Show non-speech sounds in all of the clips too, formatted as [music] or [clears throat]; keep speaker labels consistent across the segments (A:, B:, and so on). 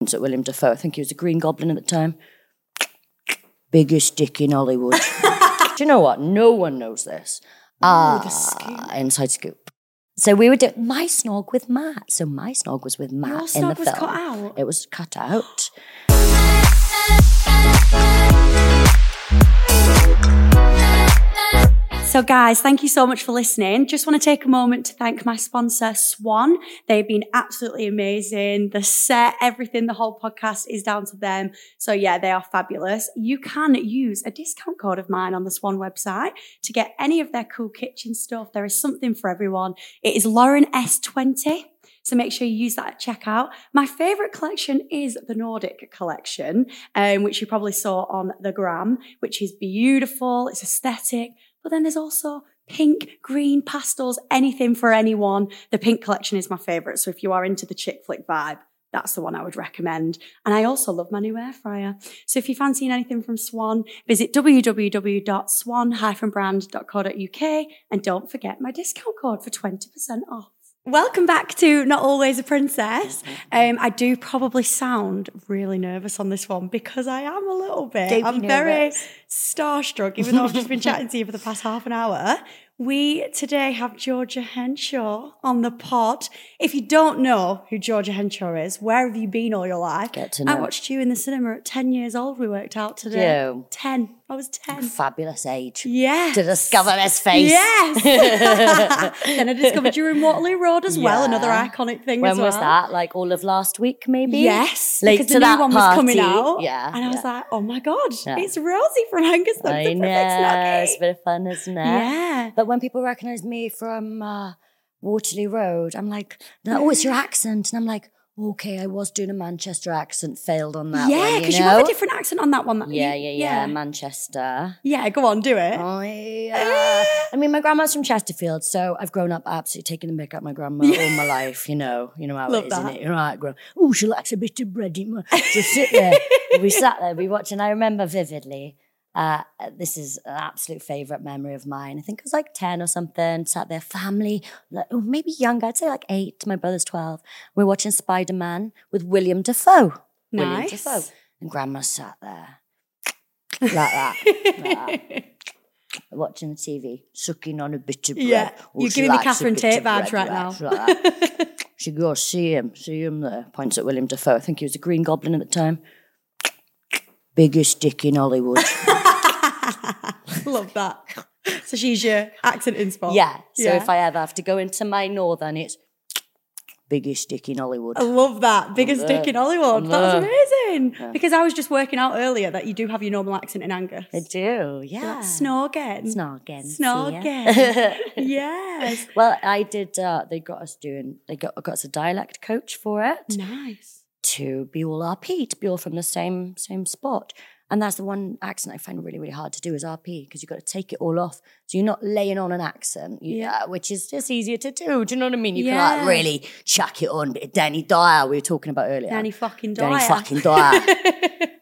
A: concert, William Defoe. I think he was a Green Goblin at the time. Biggest dick in
B: [laughs]
A: Hollywood. Do you know what? No one knows this. Ah, inside scoop. So we were doing my snog with Matt. So my snog was with Matt
B: Your
A: in the
B: snog was
A: film.
B: cut out?
A: It was cut out.
B: So, guys, thank you so much for listening. Just want to take a moment to thank my sponsor, Swan. They've been absolutely amazing. The set, everything, the whole podcast is down to them. So, yeah, they are fabulous. You can use a discount code of mine on the Swan website to get any of their cool kitchen stuff. There is something for everyone. It is Lauren S20. So make sure you use that at checkout. My favourite collection is the Nordic collection, um, which you probably saw on the gram, which is beautiful. It's aesthetic, but then there's also pink, green, pastels, anything for anyone. The pink collection is my favourite. So if you are into the chick flick vibe, that's the one I would recommend. And I also love my new air fryer. So if you're fancying anything from Swan, visit www.swan-brand.co.uk and don't forget my discount code for 20% off. Welcome back to Not Always a Princess.
A: Mm-hmm.
B: Um, I do probably sound really nervous on this one because I am a little bit.
A: Don't be
B: I'm very
A: nervous.
B: starstruck, even though I've just been chatting to you for the past half an hour. We today have Georgia Henshaw on the pod. If you don't know who Georgia Henshaw is, where have you been all your life?
A: Get to
B: I
A: know.
B: watched you in the cinema at 10 years old, we worked out today.
A: you?
B: 10. I was 10.
A: Fabulous age
B: Yeah.
A: to discover this face. [laughs]
B: Yes. [laughs] then I discovered you were in Waterloo Road as well, another
A: Yeah.
B: iconic thing
A: When
B: as well.
A: was that? Like all of last week, maybe?
B: Yes,
A: Late
B: because
A: to
B: the new
A: that
B: one was
A: party.
B: coming out.
A: Yeah.
B: and I was
A: yeah.
B: like, "Oh my god,
A: Yeah.
B: it's Rosie from Angus the
A: I
B: Perfect
A: know. It's
B: Snuggie."
A: a bit of fun, isn't it?
B: Yeah,
A: But when people recognize me from uh, Waterloo Road, I'm like, "No, oh, it's
B: [laughs]
A: your accent. And I'm like, okay, I was doing a Manchester accent, failed on that one.
B: yeah,
A: you
B: because you have
A: know?
B: a different accent on that one. that you-
A: Yeah, yeah, yeah, Manchester.
B: Yeah, go on, do it.
A: Oh,
B: [laughs]
A: yeah. I mean, my grandma's from Chesterfield, so I've grown up absolutely taking the mick out my grandma all my life. You know, you know how
B: Love
A: it is,
B: that.
A: innit? Right, grandma. Oh, she likes a bit of bread. In so sit
B: [laughs]
A: there. we sat there, we watched, and I remember vividly. Uh, this is an absolute favorite memory of mine. I think I was like ten or something. Sat there, family, like, oh, maybe younger. I'd say like eight. My brother's twelve. We're watching Spider Man with William Defoe. William
B: Nice.
A: Defoe.
B: [laughs]
A: And grandma sat there like that [laughs] watching the TV, sucking on a bit of bread.
B: Yeah,
A: Oh,
B: you're
A: she
B: giving me
A: likes a
B: Catherine
A: bit of
B: Tate vibes
A: bread,
B: right now.
A: she
B: [laughs]
A: like that. she goes, see him, see him there. Points at William Defoe. I think he was a Green Goblin at the time. Biggest dick in
B: [laughs]
A: Hollywood.
B: Love
A: [laughs]
B: that. So she's your accent in spot.
A: yeah. So
B: Yeah.
A: if I ever have to go into my northern, it's biggest dick in Hollywood.
B: I love that. Biggest dick in Hollywood. That was
A: Love.
B: amazing. Because I was just working out earlier that you do have your normal accent in Angus.
A: I do, yeah.
B: Snorgen.
A: Snogging. see ya. [laughs]
B: Snorgen. yes.
A: Well, I did. Uh, they got us doing. They got got us a dialect coach for it.
B: Nice.
A: to be all RP, to be all from the same same spot. And that's the one accent I find really, really hard to do is RP because you've got to take it all off. So you're not laying on an accent, you-
B: Yeah.
A: uh, which is just easier to do. Do you know what I mean? You can
B: Yeah.
A: like really chuck it on. Bit of Danny Dyer we were talking about earlier.
B: Danny fucking Dyer.
A: Danny fucking
B: [laughs]
A: Dyer.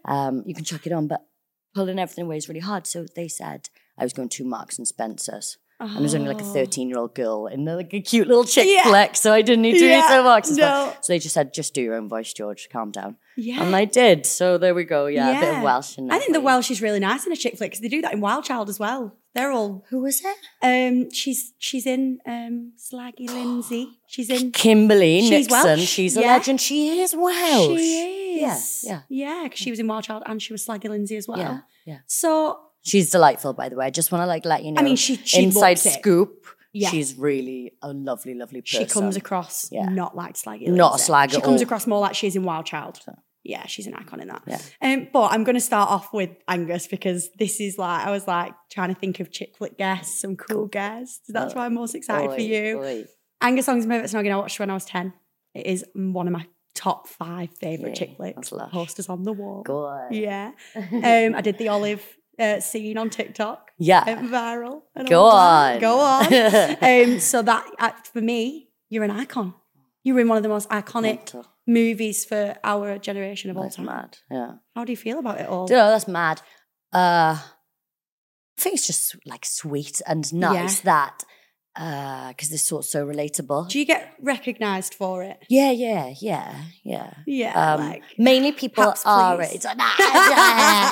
A: um, you can chuck it on, but pulling everything away is really hard. So they said I was going to Marks and Spencer's. And I was only like a
B: Oh.
A: 13 year old girl in the, like a cute little chick
B: Yeah.
A: flick, so I didn't need to
B: Yeah,
A: do so much. as well.
B: no.
A: So they just said, just do your own voice, George, calm down.
B: Yeah.
A: And I did. So there we go. Yeah, a bit
B: Yeah.
A: of Welsh. In
B: I think the
A: way.
B: Welsh is really nice in a chick flick because they do that in Wild Child as well. They're all.
A: Who was it?
B: Um, she's she's in um, Slaggy Lindsay. She's in.
A: Kimberly
B: She's
A: Nixon.
B: Welsh,
A: She's
B: yeah.
A: a legend. She is Welsh.
B: She is.
A: Yeah,
B: Yeah, because she was in Wild Child and she was Slaggy Lindsay as well.
A: Yeah, yeah.
B: So
A: She's delightful, by the way. I just want to like let you know.
B: I mean, she- she
A: inside
B: walks it.
A: scoop.
B: Yeah.
A: She's really a lovely, lovely person.
B: she comes across
A: Yeah.
B: not like Slaggy Lindsay.
A: Not a slag
B: She
A: at
B: comes
A: all.
B: across more like she's in Wild Child. Yeah, she's an icon in that.
A: Yeah.
B: Um, but I'm going to start off with Angus because this is like, I was like trying to think of chick flick guests, some cool guests. That's
A: Uh,
B: why I'm most excited for
A: Oi,
B: you.
A: oi.
B: Angus Song's My Favourite Snogging I watched when I was 10. It is one of my top five favourite
A: Yeah,
B: chick flicks.
A: that's lush.
B: Posters on the wall.
A: Go on. [laughs]
B: Yeah. Um, I did the olive uh, scene on
A: [laughs]
B: TikTok.
A: Yeah.
B: It went viral. and
A: Go
B: all that.
A: on. [laughs]
B: Go on. um, so that, uh, for me, you're an icon. You were in one of the most iconic
A: Mental.
B: movies for our generation of all
A: That's
B: time.
A: mad. Yeah.
B: How do you feel about it all?
A: Do you know, that's mad. Uh, I think it's just like sweet and nice that because this all so relatable.
B: Do you get recognised for it?
A: yeah, yeah, yeah, yeah.
B: Yeah.
A: Um, [laughs]
B: like,
A: mainly people
B: Pops,
A: are age.
B: please.
A: None of [laughs]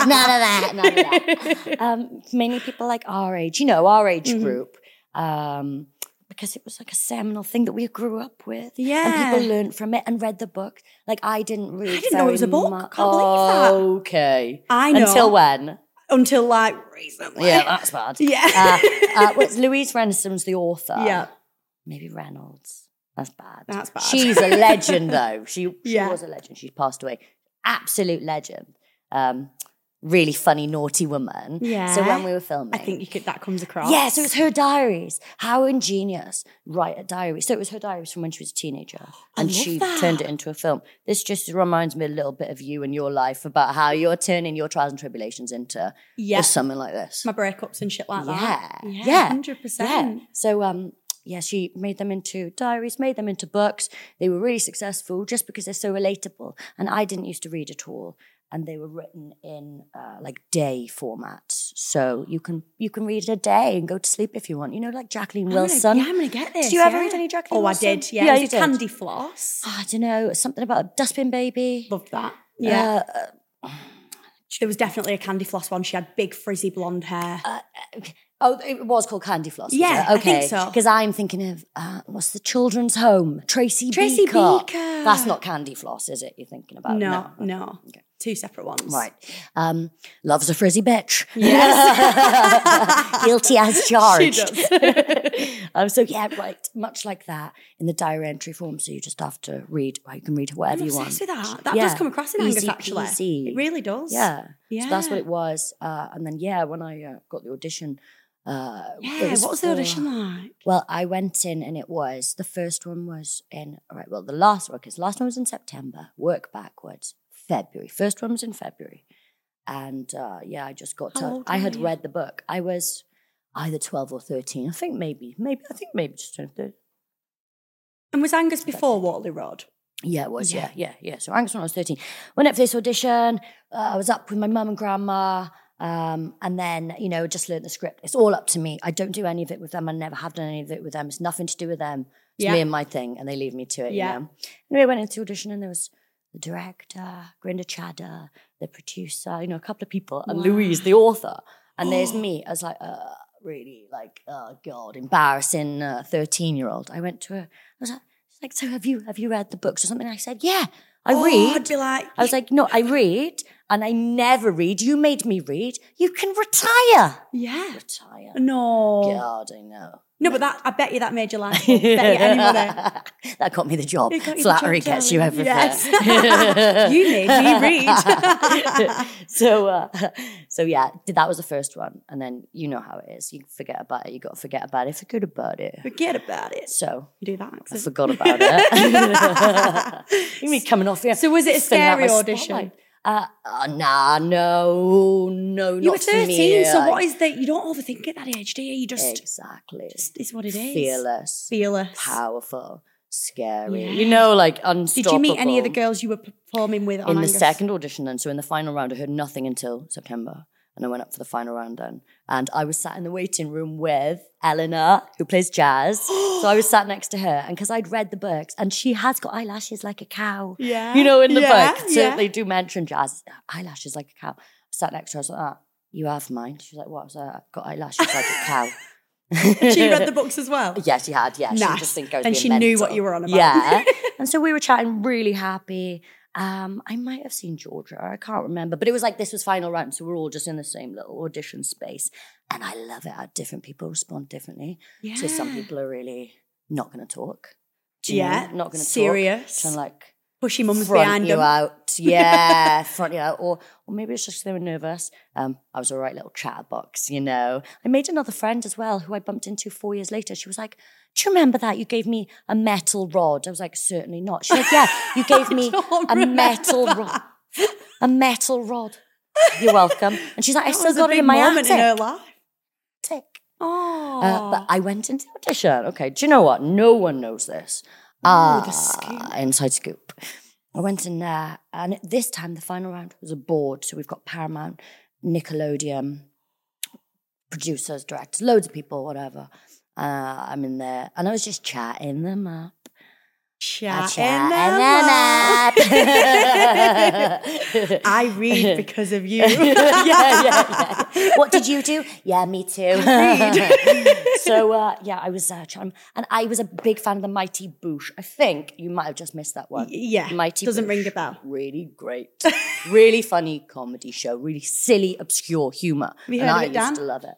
A: that. None of that.
B: [laughs]
A: um, mainly people like our age, you know, our age
B: Mhm.
A: group, um, because it was like a seminal thing that we grew up with.
B: yeah.
A: And people learned from it and read the book. Like I didn't read.
B: didn't know it
A: very
B: was a book.
A: mu-
B: Can't believe that.
A: Okay.
B: I know.
A: Until when?
B: Until like recently. [laughs]
A: Yeah, that's bad.
B: Yeah.
A: [laughs]
B: [laughs]
A: Uh, well, it's Louise Rensome's the author.
B: Yeah.
A: Maybe Reynolds. That's bad.
B: That's bad.
A: She's a legend, though.
B: [laughs]
A: She, she
B: Yeah.
A: was a legend. She's passed away. Absolute legend. Um, really funny, naughty woman.
B: yeah.
A: So when we were filming,
B: [laughs] I think you could, that comes across.
A: yeah, so it was her diaries. How ingenious. Write a diary. So it was her diaries from when she was a teenager.
B: [gasps] I
A: and
B: love
A: she
B: that.
A: turned it into a film. This just reminds me a little bit of you and your life about how you're turning your trials and tribulations into
B: Yeah.
A: just something like this.
B: My breakups and shit like that.
A: Yeah.
B: Yeah.
A: Yeah.
B: 100%.
A: Yeah. So um yeah, she made them into diaries, made them into books. They were really successful just because they're so relatable. And I didn't used to read at all. And they were written in uh, like day formats. So you can you can read a day and go to sleep if you want. You know, like Jacqueline
B: I'm
A: Wilson.
B: Gonna, Oh, yeah, I'm going to get this.
A: Did you ever
B: yeah.
A: read any Jacqueline
B: Oh, I
A: Wilson?
B: did. Yeah.
A: Yeah,
B: It was
A: you
B: a
A: did.
B: Candy floss.
A: Oh, I don't know, something about a dustbin baby.
B: Loved that. Yeah.
A: Uh,
B: there was definitely a Candy floss one. She had big frizzy blonde hair.
A: Oh, it was called Candy Floss. was
B: Yeah,
A: it?
B: I
A: okay.
B: think so.
A: Because I'm thinking of uh, what's the children's home? Tracy,
B: Tracy
A: Beaker.
B: Beaker.
A: That's not Candy Floss, is it? You're thinking about
B: no, no.
A: Uh, Okay.
B: Two separate ones.
A: Right. Um, loves a frizzy bitch. [laughs]
B: Yes.
A: Guilty as
B: She
A: charged.
B: does.
A: [laughs] Um, so yeah, right. Much like that in the diary entry form. So you just have to read. Well, you can read
B: Oh, I'm
A: whatever you want.
B: obsessed with that. That does
A: Yeah.
B: come across in
A: Easy
B: Angus, actually.
A: peasy.
B: It really does.
A: Yeah.
B: yeah.
A: So that's what it was. Uh, and then yeah, when I uh, got the audition, uh, it
B: Yeah. What was the
A: for-
B: audition like?
A: Well, I went in and it was the first one was in all right. Well, the last one because last one was in September. Work backwards, February. First one was in February, and uh, yeah, I just got
B: How
A: to.
B: old
A: I
B: were
A: had
B: you?
A: read the book. I was either twelve or thirteen. I think maybe, maybe I think maybe just turned thirteen.
B: And was Angus before Waterloo Road?
A: Yeah, it was.
B: Yeah.
A: Yeah, yeah, yeah. So Angus when I was 13. Went up for this audition. Uh, I was up with my mum and grandma. Um, and then, you know, just learned the script. It's all up to me. I don't do any of it with them. I never have done any of it with them. It's nothing to do with them. It's
B: Yeah.
A: me and my thing, and they leave me to it,
B: Yeah.
A: you know. Anyway, I went into the audition and there was the director, Grinda Chadder, the producer, you know, a couple of people, and
B: Wow.
A: Louise, the author. And [gasps] there's me. I was like, uh, really, like, oh God, embarrassing 13 year old. I went to a, I was like, she's like, so have you have you read the books or something? I said, yeah, I
B: Oh, I'd
A: read.
B: be like,
A: I was like, no, I read, and I never read. You made me read. You can retire.
B: yeah.
A: Retire. Oh.
B: No.
A: God, I [laughs] know.
B: No, but that I bet you that made your life. bet you any
A: [laughs]
B: money.
A: that got me the job.
B: It got you the
A: Flattery
B: job,
A: gets you
B: darling.
A: everything. [laughs]
B: Yes. You made me read.
A: so, uh, so yeah, that was the first one, and then you know how it is. You forget about it. You got to forget about it. Forget about it.
B: Forget about
A: [laughs]
B: it.
A: So
B: You do that.
A: I
B: accent.
A: forgot about [laughs] it. you mean coming off here?
B: [laughs] So was it a
A: filling out my
B: scary audition?
A: spotlight. Uh, uh, nah, no, no,
B: You were
A: not for me.
B: 13, so
A: I-
B: what is that? You don't overthink at that age, do you? You just,
A: exactly?
B: just it's what it is.
A: Fearless,
B: Fearless.
A: powerful, scary.
B: Yeah.
A: You know, like unstoppable.
B: Did you meet any of the girls you were performing with on
A: in the
B: Angus?
A: second audition? Then, so in the final round, I heard nothing until September, and I went up for the final round then, and I was sat in the waiting room with Eleanor, who plays Jazz. [gasps] so I was sat next to her, and because I'd read the books, and she has got eyelashes like a cow.
B: Yeah.
A: you know, in the
B: yeah,
A: book. So
B: Yeah.
A: they do mention jazz eyelashes like a cow. I sat next to her, I was like, ah, you have mine. She was like, what? I was like, I've got eyelashes like a cow.
B: [laughs] she
A: [laughs]
B: read the books as well.
A: Yeah, she had. Yeah,
B: Nice.
A: she just think I was
B: Then
A: being
B: she knew what
A: mental.
B: you were on about. [laughs]
A: Yeah, and so we were chatting, really happy. Um, I might have seen Georgia. I can't remember, but it was like this was final round, so we're all just in the same little audition space, and I love it. How different people respond differently.
B: yeah.
A: So some people are really not going to talk. Do you know?
B: yeah,
A: not going to talk.
B: serious.
A: Trying to like
B: Pushy mums
A: front
B: behind
A: you
B: them. [laughs]
A: out. Yeah, front you out. Or, or maybe it's just they were nervous. Um, I was a right little chatterbox, you know. I made another friend as well who I bumped into four years later. She was like, Do you remember that? You gave me a metal rod. I was like, Certainly not. She's like, Yeah,
B: [laughs]
A: you gave me
B: don't
A: a metal
B: remember
A: rod.
B: that.
A: A metal rod. You're welcome. And she's like, I
B: That
A: still
B: was a
A: got it
B: big
A: in my
B: moment
A: attic.
B: in her life.
A: Tick.
B: Oh,
A: Uh, but I went into the audition. Okay, do you know what? No one knows this.
B: Ooh,
A: Ah,
B: the scoop.
A: inside scoop. I went in there, and this time the final round was a board. So we've got Paramount, Nickelodeon, producers, directors, loads of people, whatever. Uh, I'm in there, and I was just chatting them up. I
B: Chatting
A: [laughs]
B: them up.
A: chatting them up.
B: I read because
A: [laughs]
B: of you. [laughs]
A: yeah, yeah, yeah. What did you do? Yeah, me
B: [laughs]
A: too. so uh, yeah, I was uh, trying, and I was a big fan of the Mighty Boosh. I think you might have just missed that one.
B: Yeah,
A: Mighty
B: doesn't
A: Boosh.
B: ring a bell.
A: Really great, really funny comedy show. Really silly, obscure humor.
B: We
A: and
B: heard of
A: I
B: it,
A: used
B: Dan?
A: to love it.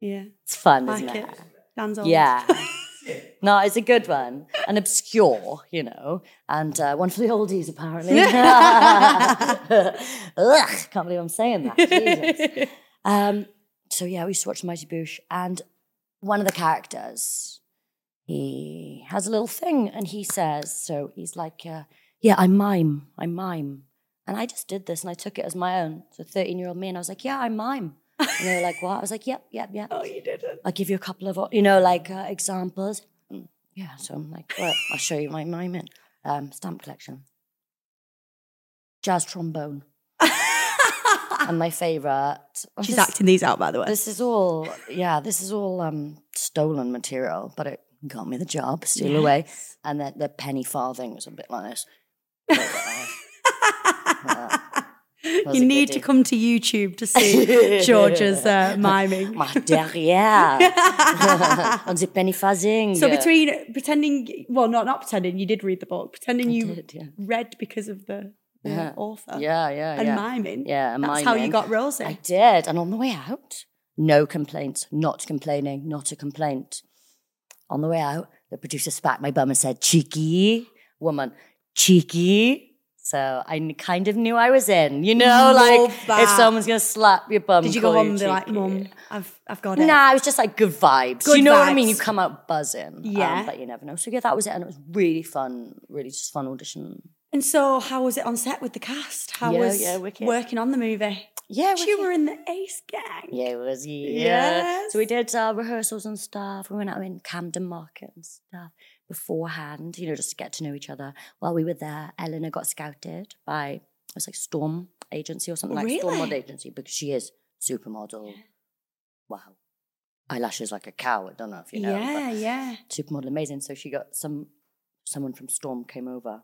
B: Yeah,
A: It's fun,
B: like
A: isn't
B: it.
A: it?
B: Dan's old. [laughs]
A: Yeah. No, it's a good one and obscure, you know, and uh, one for the oldies
B: [laughs]
A: apparently. [laughs] Ugh, can't believe I'm saying that. Jesus. Um, so yeah, we used to watch Mighty Boosh, and one of the characters, he has a little thing, and he says, so he's like, uh, yeah, I mime, I mime, and I just did this, and I took it as my own. So thirteen-year-old me, and I was like, yeah, I mime, and they were like, what? I was like, yep, yep, yep.
B: Oh, you didn't.
A: I'll give you a couple of, you know, like uh, examples. Mm, Yeah, so I'm like, well, I'll show you my mime um, stamp collection. Jazz trombone. and my favourite. well,
B: [laughs] She's
A: this,
B: acting these out, by the way.
A: This is all, yeah, this is all um, stolen material, but it got me the job, steal away. And then the penny farthing was a bit like this. was a
B: you
A: good
B: need to
A: day.
B: come to YouTube
A: [laughs]
B: to see [laughs] George's uh, miming.
A: My [laughs] derrière. and the penny farthing.
B: [laughs] So between pretending, well, not not pretending, you did read the book. Pretending you
A: did, yeah.
B: read because of the, the
A: Yeah.
B: author.
A: Yeah, yeah,
B: And
A: yeah.
B: miming.
A: Yeah, and
B: That's how you
A: miming.
B: got Rosie.
A: I did. And on the way out, no complaints, not complaining, not a complaint. On the way out, the producer spat my bum and said, cheeky, woman, cheeky. So I kn- kind of knew I was in, you know, like
B: Love that.
A: if someone's going to slap your bum.
B: Did you
A: call
B: go home and be
A: cheeky.
B: like, Mum, I've I've got it.
A: Nah, it was just like good vibes.
B: Good
A: you know what I mean?
B: vibes.
A: You come out buzzing.
B: Yeah.
A: Um, but you never know. So yeah, that was it. And it was really fun, really just fun audition.
B: And so, how was it on set with the cast? How
A: Yeah,
B: was
A: yeah, wicked.
B: working on the movie?
A: Yeah, it was
B: You were in the Ace Gang.
A: Yeah, it was yeah.
B: Yes.
A: So we did uh, rehearsals and stuff. We went out in Camden Market and stuff beforehand, you know, just to get to know each other. While we were there, Eleanor got scouted by it was like Storm Agency or something like Storm Mod
B: Really?
A: Agency because she is supermodel. Wow, eyelashes like a cow. I don't know if you know. but
B: yeah, yeah.
A: supermodel amazing. So she got some someone from Storm came over,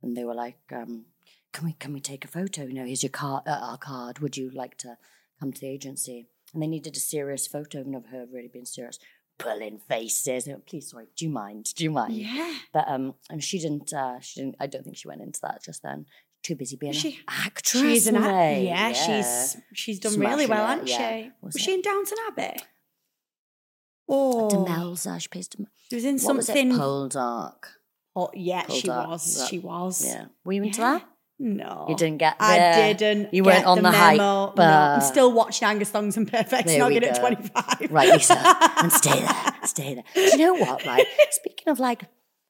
A: and they were like, um, "Can we can we take a photo? You know, here's your card, uh, our card. Would you like to come to the agency?" And they needed a serious photo. I've never heard really being serious, pulling faces. They were, Please, sorry, do you mind? Do you mind?
B: Yeah.
A: But um, and she didn't. Uh, she didn't. I don't think she went into that just then. Too busy being
B: Was
A: an
B: she-
A: actress.
B: She's an act-
A: mate.
B: yeah, she's she's done really
A: Smashing
B: well,
A: it,
B: hasn't
A: yeah.
B: she? Was,
A: Was
B: she
A: it-
B: in Downton Abbey? Oh,
A: Demelza. she plays Demel.
B: she was in
A: What was it?
B: something.
A: Poldark.
B: oh, yeah, she
A: Poldark,
B: was.
A: that-
B: she was.
A: Yeah. Were you into
B: Yeah.
A: that?
B: No,
A: You didn't get
B: I
A: there.
B: didn't.
A: You
B: get
A: weren't on the
B: the,
A: hype,
B: memo. No, I'm
A: but-
B: still watching Angus Songs and Perfect
A: There we
B: Snogging at
A: go.
B: 25.
A: Right, Lisa.
B: [laughs]
A: and stay there. Stay there. Do you know what, right? Speaking of like,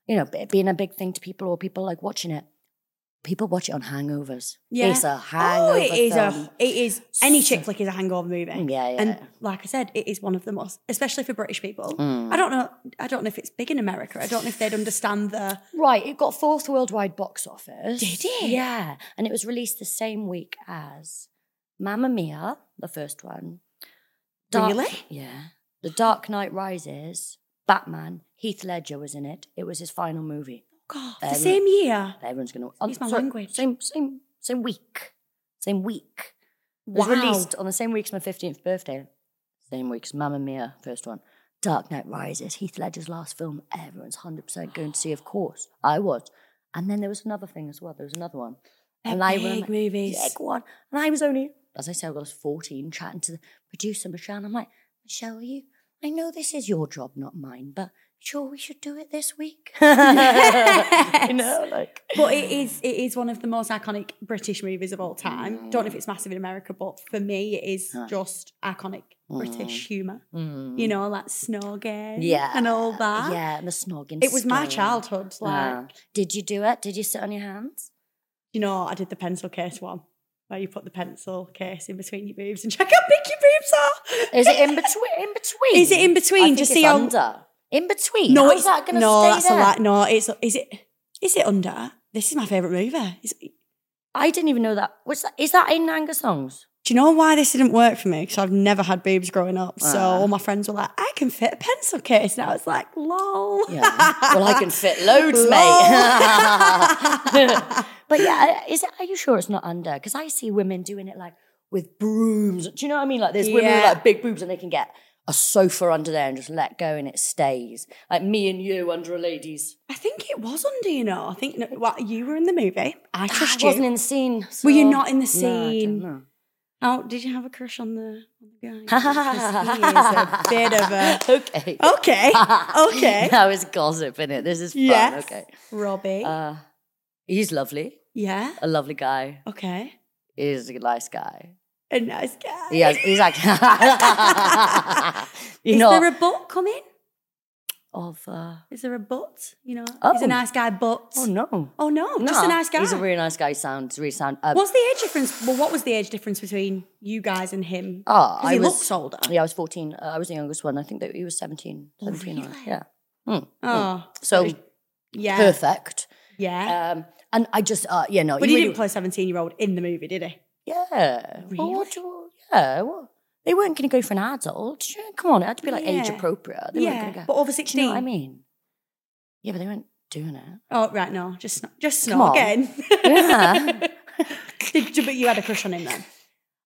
A: you know, it being a big thing to people or people like watching it, people watch it on hangovers.
B: Yeah.
A: It's a hangover.
B: Oh, it is
A: film.
B: a, it is any chick flick is a hangover movie.
A: Yeah, Mm, yeah.
B: And like I said, it is one of the most, especially for British people.
A: Mm.
B: I don't know. I don't know if it's big in America. I don't know if they'd
A: [gasps]
B: understand the.
A: Right, it got fourth worldwide box office.
B: Did it?
A: Yeah, and it was released the same week as Mamma Mia, the first one.
B: Really?
A: Yeah. The Dark Knight Rises, Batman, Heath Ledger was in it. It was his final movie.
B: God, the
A: Um,
B: same year.
A: Everyone's going to.
B: Excuse my language.
A: Same, same, same week. Same week. It was
B: Wow.
A: released on the same week as my 15th birthday. Same week as Mamma Mia, first one. Dark Knight Rises, Heath Ledger's last film. Everyone's 100% going to see, of course. I was. And then there was another thing as well. There was another one.
B: They're
A: and I remember-
B: big movies.
A: Yeah, go on. And I was only, as I said, I was 14, chatting to the producer, Michelle. And I'm like, Michelle, are you? I know this is your job, not mine, but sure we should do it this
B: [laughs]
A: week. [laughs] you know, like.
B: But it is it is one of the most iconic British movies of all time. Don't know if it's massive in America, but for me, it is
A: Huh. Hmm.
B: just iconic British humour.
A: Mm.
B: You know, like snogging,
A: Yeah.
B: and all that.
A: Yeah, and the snogging.
B: It was my
A: stone.
B: childhood. Like,
A: Ah. did you do it? Did you sit on your hands?
B: you know, I did the pencil case one where you put the pencil case in between your boobs and check how big your boobs
A: [laughs]
B: are.
A: Is it
B: [laughs]
A: in between? In between?
B: Is it in between?
A: I think
B: Just
A: it's
B: see how-
A: under. In between.
B: No,
A: How's
B: it's
A: that going to
B: no,
A: stay
B: that's
A: there?
B: a lot. No, it's is it is it under? This is my favourite movie. Is-
A: I didn't even know that. What's that? Is that in Anger Songs?
B: Do you know why this didn't work for me? Because I've never had boobs growing up. So
A: Ah.
B: all my friends were like, I can fit a pencil case. And I was like, lol.
A: Yeah. [laughs] well, I can fit loads, mate.
B: Lol.
A: [laughs] but yeah, is it, are you sure it's not under? Because I see women doing it like with brooms. Do you know what I mean? Like there's women with
B: Yeah.
A: like big boobs and they can get a sofa under there and just let go and it stays. Like me and you under a lady's.
B: [laughs] I think it was under, you know. I think, no, well, you were in the movie. I trust
A: I
B: you.
A: wasn't in the scene.
B: Were you
A: so-
B: not in the
A: No, I don't
B: scene?
A: know.
B: Oh, did you have a crush on the, on
A: [laughs]
B: the guy? 'Cause he is a bit of a.
A: Okay. [laughs]
B: Okay. Okay.
A: that was gossip in it. This is fun.
B: Yes.
A: Okay.
B: Robbie.
A: Uh, he's lovely.
B: yeah.
A: A lovely guy.
B: Okay.
A: He's a nice guy.
B: A nice guy.
A: He has, he's like, [laughs] you
B: Is
A: know,
B: there a butt coming?
A: of, uh,
B: Is there a butt? You know, he's
A: Oh.
B: a nice guy, but
A: oh
B: oh,
A: no.
B: no,
A: no,
B: just a nice guy.
A: He's a really nice guy. He sounds really sound. Uh,
B: What's the age difference? Well, what was the age difference between you guys and him?
A: ah,
B: Because
A: I
B: he
A: was,
B: looks older.
A: yeah, I was 14. Uh, I was the youngest one. I think that he was 17.
B: Oh,
A: 17 or-
B: really?
A: Yeah.
B: Oh,
A: Mm. So
B: yeah,
A: perfect.
B: yeah.
A: Um, and I just, uh, yeah, no.
B: but he
A: really-
B: didn't play seventeen-year-old in the movie, did he?
A: Yeah. Well, what do you- yeah. Well, they weren't going to go for an adult. Yeah, Come on, it had to be like age
B: Yeah.
A: appropriate. They weren't
B: yeah,
A: going to go.
B: but over
A: Do
B: sixteen.
A: you know what I mean? Yeah, but they weren't doing it.
B: Oh right, no, just not, just
A: Come
B: snort
A: on.
B: again.
A: [laughs] Yeah.
B: [laughs] Did you- but you had a crush on him then,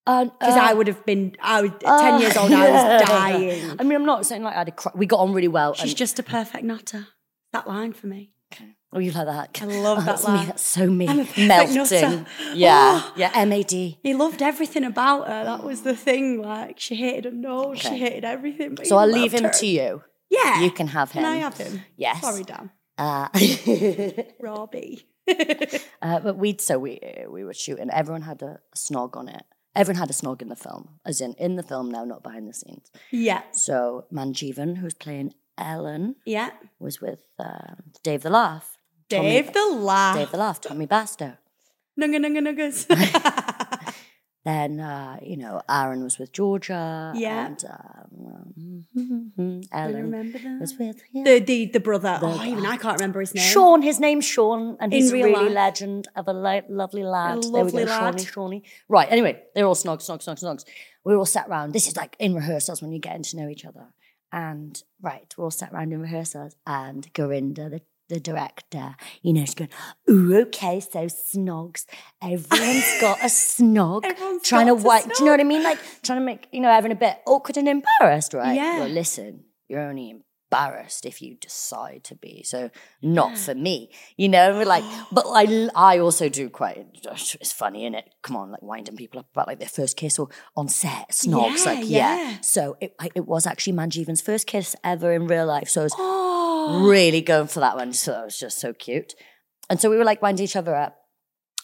B: because
A: Uh, oh,
B: I would have been. I would ten years old. I
A: yeah. [laughs]
B: was dying.
A: uh, I mean, I'm not saying like I had a cr- we got on really well.
B: She's
A: and-
B: just a perfect nutter. That line for me.
A: oh, you like that?
B: I love
A: Oh,
B: that
A: that's me.
B: line.
A: That's so me.
B: I'm a perfect
A: Melting.
B: nutter.
A: Yeah,
B: [laughs] Oh.
A: yeah. M A D.
B: He loved everything about her. That was the thing. Like she hated her nose,
A: Okay.
B: she hated everything. But
A: So
B: he
A: I'll leave
B: loved
A: him
B: her.
A: to you.
B: Yeah,
A: You can have him.
B: Can I have him?
A: Yes.
B: Sorry, Dan.
A: Uh, [laughs]
B: Robbie.
A: uh, but we'd so we we were shooting. Everyone had a, snog on it. Everyone had a snog in the film, as in in the film now, not behind the scenes.
B: yeah,
A: So Manjeevan, who's playing Ellen,
B: yeah.
A: was with uh, Dave the Laugh. Tommy-
B: Dave the laugh.
A: Dave the Laugh, Tommy Basto.
B: Nunga nunga
A: [laughs]
B: [laughs] nungas.
A: Then, uh, you know, Aaron was with Georgia.
B: Yeah.
A: And um, [laughs]
B: I
A: Ellen
B: remember that.
A: was with him.
B: the, the the brother.
A: The-
B: oh, even I can't remember his name.
A: Sean, his name's Sean, and
B: In
A: he's
B: real
A: really
B: life.
A: legend of a lo- lovely lad.
B: lovely lad.
A: Shawnee, Shawnee. Right, anyway, they're all snog, snog, snog, snogs. We're all sat round. This is like in rehearsals when you're getting to know each other. And right, we're all sat round in rehearsals, and Gorinda, the the director, you know, she's going, ooh, okay, so snogs. Everyone's
B: [laughs]
A: got a snog.
B: Everyone's
A: trying
B: got
A: to
B: to
A: wipe, do you know what I
B: snog.
A: mean? Like trying to make, you know, everyone a bit awkward and embarrassed, right?
B: Yeah.
A: Well, listen, you're only embarrassed if you decide to be. So not for me, you know? We're
B: [gasps]
A: like, but I, I also do quite, it's funny, innit? Come on, like winding people up about like their first kiss or on set, snobs,
B: Yeah,
A: like, yeah.
B: yeah.
A: So it, I- it was actually Manjeevan's first kiss ever in real life. So I was
B: [gasps] Oh.
A: really going for that one. So that was just so cute. And so we were like winding each other up,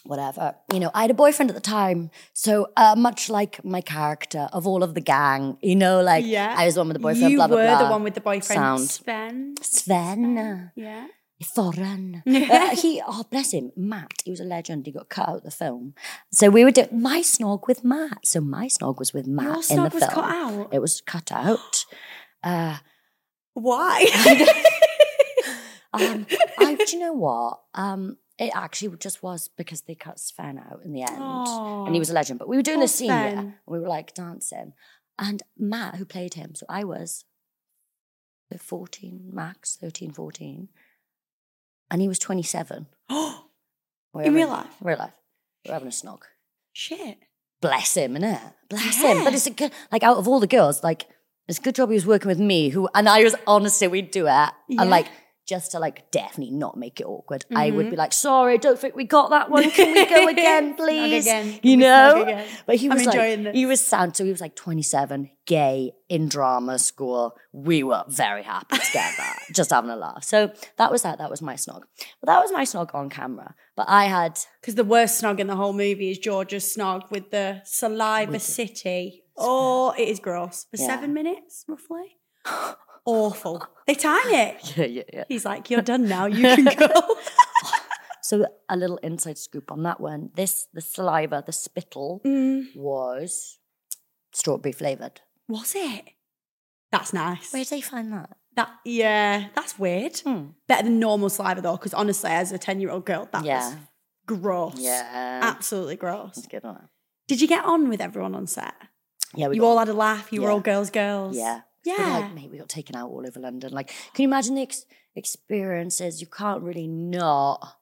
A: whatever. You know, I had a boyfriend at the time. So uh, much like my character of all of the gang, you know, like
B: Yeah.
A: I was the one with the boyfriend,
B: you
A: blah, blah,
B: were
A: blah.
B: the one with the boyfriend.
A: Sound.
B: Sven.
A: Sven,
B: Yeah. [laughs]
A: Thoran. Uh, he, oh, bless him, Matt, he was a legend. He got cut out of the film. So we were doing my snog with Matt. So my snog was with Matt
B: Your
A: in the
B: snog was
A: film.
B: cut out.
A: It was cut out. Uh,
B: Why? [laughs]
A: Um, I, do you know what? Um, it actually just was because they cut Sven out in the end, and he was a legend. But we were doing
B: Poor
A: this scene, yeah,
B: Sven.
A: and we were like dancing, and Matt, who played him, so I was 14 max, 13, 14, and he was 27.
B: Oh, [gasps]
A: We're
B: In real
A: having-
B: life?
A: Real life. We're having a snog.
B: shit.
A: Bless him, innit? Bless him.
B: Yeah.
A: But it's a good, like, out of all the girls, like, it's a good job he was working with me, who, and I was honestly, we'd do it.
B: Yeah.
A: And, like, just to, like, definitely not make it awkward, I would
B: Mhm.
A: be like, sorry, don't think we got that one. Can we
B: [laughs]
A: go again,
B: Snog
A: please?
B: again. Can
A: You
B: we snog
A: know?
B: again?
A: But he
B: I'm
A: was like,
B: enjoying this.
A: he was sound. So he was like 27, gay, in drama school. We were very happy together, [laughs] just having a laugh. So that was that. That was my snog. But that was my snog on camera. But I
B: [laughs]
A: had
B: Because the worst snog in the whole movie is George's snog with the saliva city. Oh, it is gross. For
A: Yeah.
B: seven minutes, [laughs] roughly. Awful. They time it.
A: yeah, yeah, yeah.
B: He's like, You're done now, you can [laughs] go.
A: So a little inside scoop on that one. This the saliva, the spittle
B: Mm,
A: was strawberry flavored.
B: was it? That's nice.
A: Where did they find that?
B: That yeah, that's weird.
A: Hmm.
B: Better than normal saliva though, because honestly, as a ten year old girl, that Ah.
A: yeah,
B: was gross.
A: yeah.
B: Absolutely gross.
A: Let's get on.
B: Did you get on with everyone on set?
A: Yeah, we
B: You
A: got-
B: all had a laugh. You were
A: Yeah.
B: all girls, girls.
A: Yeah. We were
B: Yeah.
A: like, mate, we got taken out all over London. Like, can you imagine the ex- experiences? You can't really not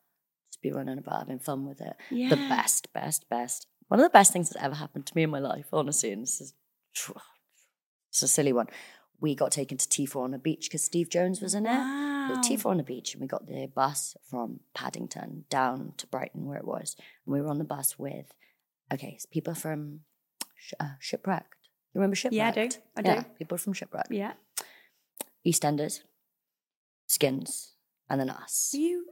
A: just be running about having fun with it.
B: yeah.
A: The best, best, best. One of the best things that's ever happened to me in my life, honestly, and this is [sighs] it's a silly one. We got taken to T4 on the beach because Steve Jones was in it.
B: Wow.
A: The T4 on the beach, and we got the bus from Paddington down to Brighton, where it was. And we were on the bus with, okay, it's people from Sh- uh, Shipwrecked. You remember Shipwrecked?
B: Yeah, I do. I do.
A: Yeah, people from Shipwrecked.
B: Yeah.
A: EastEnders, Skins, and then us.
B: Were you?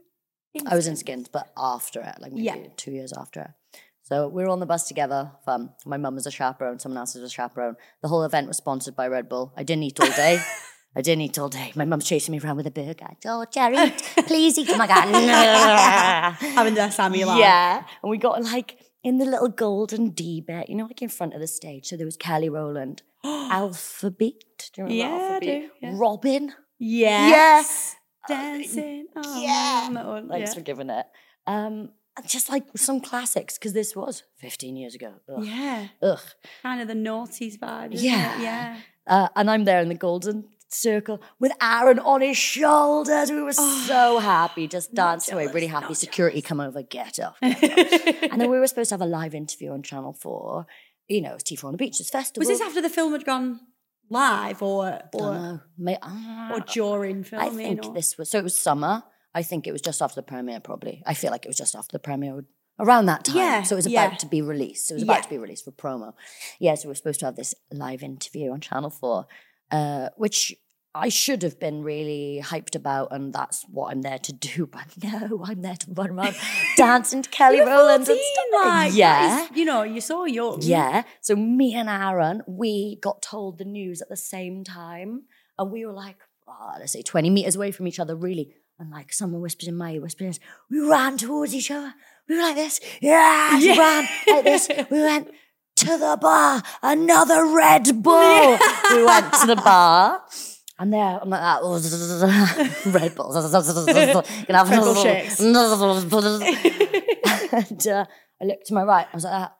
A: I was in Skins, but after it, like maybe
B: Yeah.
A: two years after it. So we were on the bus together. Fun. My mum was a chaperone. Someone else was a chaperone. The whole event was sponsored by Red Bull. I didn't eat all
B: [laughs]
A: day. I didn't eat all day. My mum's chasing me around with a burger. Oh, Jerry,
B: [laughs]
A: eat. please eat. Oh my God.
B: Having
A: [gasps]
B: their Sammy laugh. [gasps]
A: Yeah. And we got like in the little golden D bit, you know, like in front of the stage. So there was Kelly
B: [gasps]
A: Rowland, Alphabet. Do you remember
B: Yeah, I
A: Alphabet?
B: do, yeah.
A: Robin.
B: Yes.
A: Yeah.
B: Dancing. Oh,
A: Uh, Yeah.
B: man, that one,
A: Thanks
B: yeah.
A: for giving it. Um, and just like some classics, because this was 15 years ago. Ugh.
B: Yeah.
A: Ugh.
B: Kind of the noughties vibe. isn't
A: Yeah.
B: It? Yeah.
A: [laughs] Uh, and I'm there in the golden circle with Aaron on his shoulders. We were
B: Oh.
A: so happy, just
B: Not
A: dancing away,
B: jealous,
A: really happy.
B: not
A: Security
B: jealous.
A: come over, get
B: [laughs]
A: off. and
B: and
A: then we were supposed to have a live interview on Channel 4. You know, it's T4 on the Beach, it's festival.
B: [laughs] was this after the film had gone live or or,
A: Dunno. May- ah.
B: or during
A: I
B: filming?
A: think
B: or-
A: this was so it was summer. I think it was just after the premiere, probably. I feel like it was just after the premiere around that time.
B: Yeah,
A: so it was
B: yeah.
A: about to be released. So it was about
B: Yeah.
A: to be released for promo. Yeah, so we are supposed to have this live interview on Channel 4, uh, which I should have been really hyped about, and that's what I'm there to do. [laughs] But no, I'm there to run
B: [laughs]
A: around dancing to Kelly
B: You were
A: Rowland and
B: 14,
A: stuff.
B: like, that
A: yeah.
B: is- you know, you saw young. [laughs]
A: Yeah. [laughs] So me and Aaron, we got told the news at the same time. And we were like, oh, let's say 20 meters away from each other, really. And like someone whispers in my ear, whispers, in his, we ran towards each other. We were like this. Yeah, we
B: Yeah.
A: ran like this. We went to the bar, another Red Bull.
B: Yeah.
A: We went to the bar. And there, I'm like that. Oh, [laughs] Red Bull. Can I have
B: Red Bull shakes.
A: [laughs] and uh, I looked to my right. I was like, that.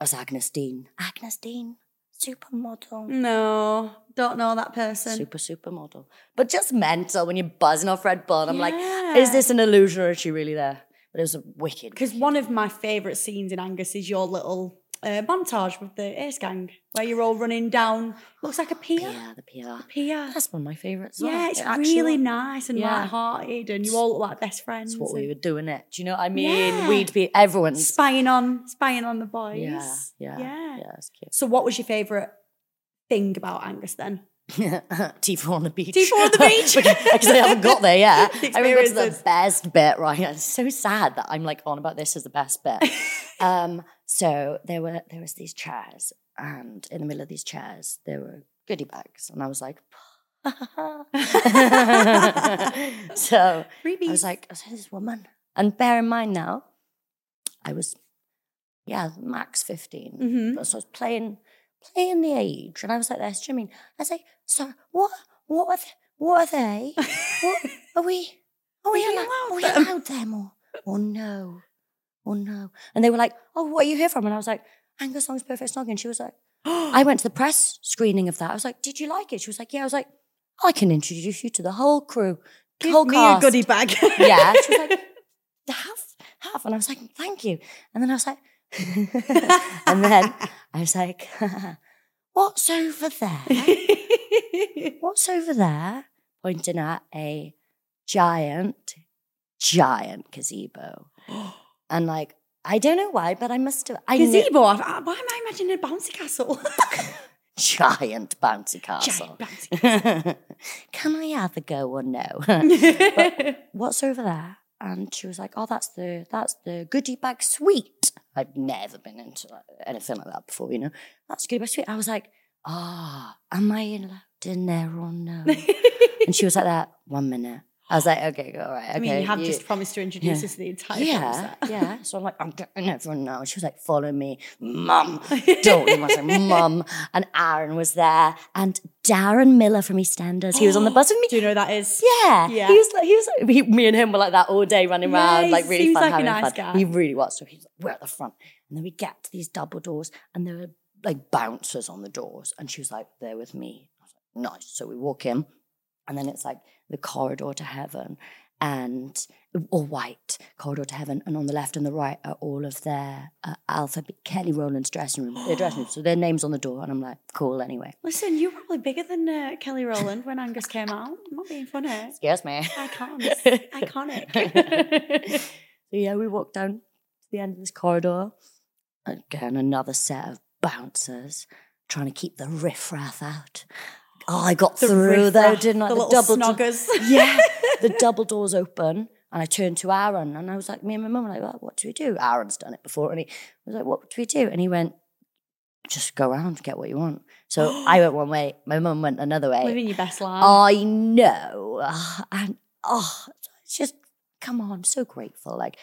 A: That's Agnes Dean. Agnes Dean,
B: Mm,
A: supermodel.
B: no, don't know that person.
A: Super, supermodel. But just mental when you're buzzing off Red Bull. And I'm
B: Yeah.
A: like, is this an illusion or is she really there? But it was a wicked.
B: Because one of my favourite scenes in Angus is your little uh, montage with the Ace Gang, where you're all running down, looks like a pier.
A: PR, the PR.
B: Pier.
A: That's one of my favourites. as well.
B: Yeah, it's
A: The actual
B: really
A: one.
B: nice and
A: Yeah.
B: light-hearted, and you all look like best friends.
A: It's what
B: and
A: we were doing it. Do you know what I mean?
B: Yeah.
A: We'd be everyone's.
B: spying on, spying on the boys.
A: Yeah, yeah,
B: yeah.
A: Yeah, it's cute.
B: So, what was your favourite thing about Angus then?
A: [laughs] T4 on the beach.
B: T4 on
A: [laughs]
B: the beach.
A: Because I haven't got there yet.
B: [laughs] The
A: I remember it's the
B: experiences.
A: best bit, right? It's so sad that I'm like on about this as the best
B: [laughs]
A: bit. um, so there were there was these chairs, and in the middle of these chairs there were goodie bags, and I was like, [laughs] so I was like, I said, this woman, and bear in mind now, I was, yeah, max 15
B: hmm
A: so I was playing playing the age, and I was like this. Do you know what I mean? I was like, sorry, what what are th- what are they?
B: [laughs]
A: What are we? Are we,
B: you
A: allo-
B: allowed
A: are we
B: them?
A: allowed them or or no? Or no? And they were like, oh, what are you here from? And I was like, Angus Song's Perfect Snog. And she was
B: [gasps]
A: like, I went to the press screening of that. I was like, did you like it? She was like, yeah. I was like, I can introduce you to the whole crew,
B: Give
A: whole
B: me
A: cast
B: a goodie bag. [laughs]
A: yeah. She was like, half, half. And I was like, thank you. And then I was like, and then I was like, [laughs] what's over there?
B: [laughs]
A: What's over there? Pointing at a giant, giant
B: [gasps]
A: gazebo. And like, I don't know why, but I must have. I knew [laughs]
B: Gazebo. I've- I- "Oh, Why am I imagining a bouncy castle? [laughs]
A: giant bouncy castle. [laughs]
B: Giant bouncy.
A: Can I have a go or no? [laughs]
B: [laughs]
A: what's over there? And she was like, oh, that's the that's the goodie bag suite. I've never been into like, anything like that before, you know. That's goodie bag suite. I was like, ah, am I allowed in there or no? and she was like that one minute, I was like, okay, all right. Okay,
C: [laughs] I mean, you have
A: [laughs]
C: just promised to introduce
A: Yeah.
C: us to the entire film
A: Yeah,
C: set.
A: yeah. So I'm like, I'm letting everyone know. She was like, follow me,
C: [laughs]
A: mum.
B: [laughs]
A: Don't. And I was like, mum. And Aaron was there, and Darren Miller from EastEnders. He was
C: [gasps]
A: on the bus with me.
C: Do you know who that is?
A: Yeah,
C: Yeah.
A: He was like, he was like, he, me and him were like that all day running
B: Yeah,
A: around,
B: he
A: like really
B: seems
A: fun,
B: like a
A: having fun.
B: nice guy.
A: He really was. So he's like, we're at the front, and then we get to these double doors, and there are like bouncers on the doors, and she was like, they're with me. I was like, nice. So we walk in, and then it's like the corridor to heaven, and all white corridor to heaven, and on the left and the right are all of their uh, alphabet Kelly Rowland's dressing room, their dressing room. So their names on the door, and I'm like, cool. Anyway,
B: Listen, you were probably bigger than uh, Kelly Rowland when Angus came out. I'm not being funny.
A: excuse me.
B: Icons. Iconic.
A: [laughs] so yeah, we walked down to the end of this corridor. Again, another set of bouncers trying to keep the riffraff out. Oh, I got through though,
C: riffraff,
A: didn't I?
C: The, little
A: do-
C: snoggers.
A: [laughs]
B: [laughs]
A: yeah, the double doors open, and I turned to Aaron, and I was like, me and my mum were like, well, what do we do? Aaron's done it before, and he was like, what do we do? And he went, just go around, get what you want. So
C: [gasps]
A: I went one way, my mum went another way.
C: Living your best life.
A: I know. [sighs] Ah, And oh, it's just, come on, I'm so grateful. Like,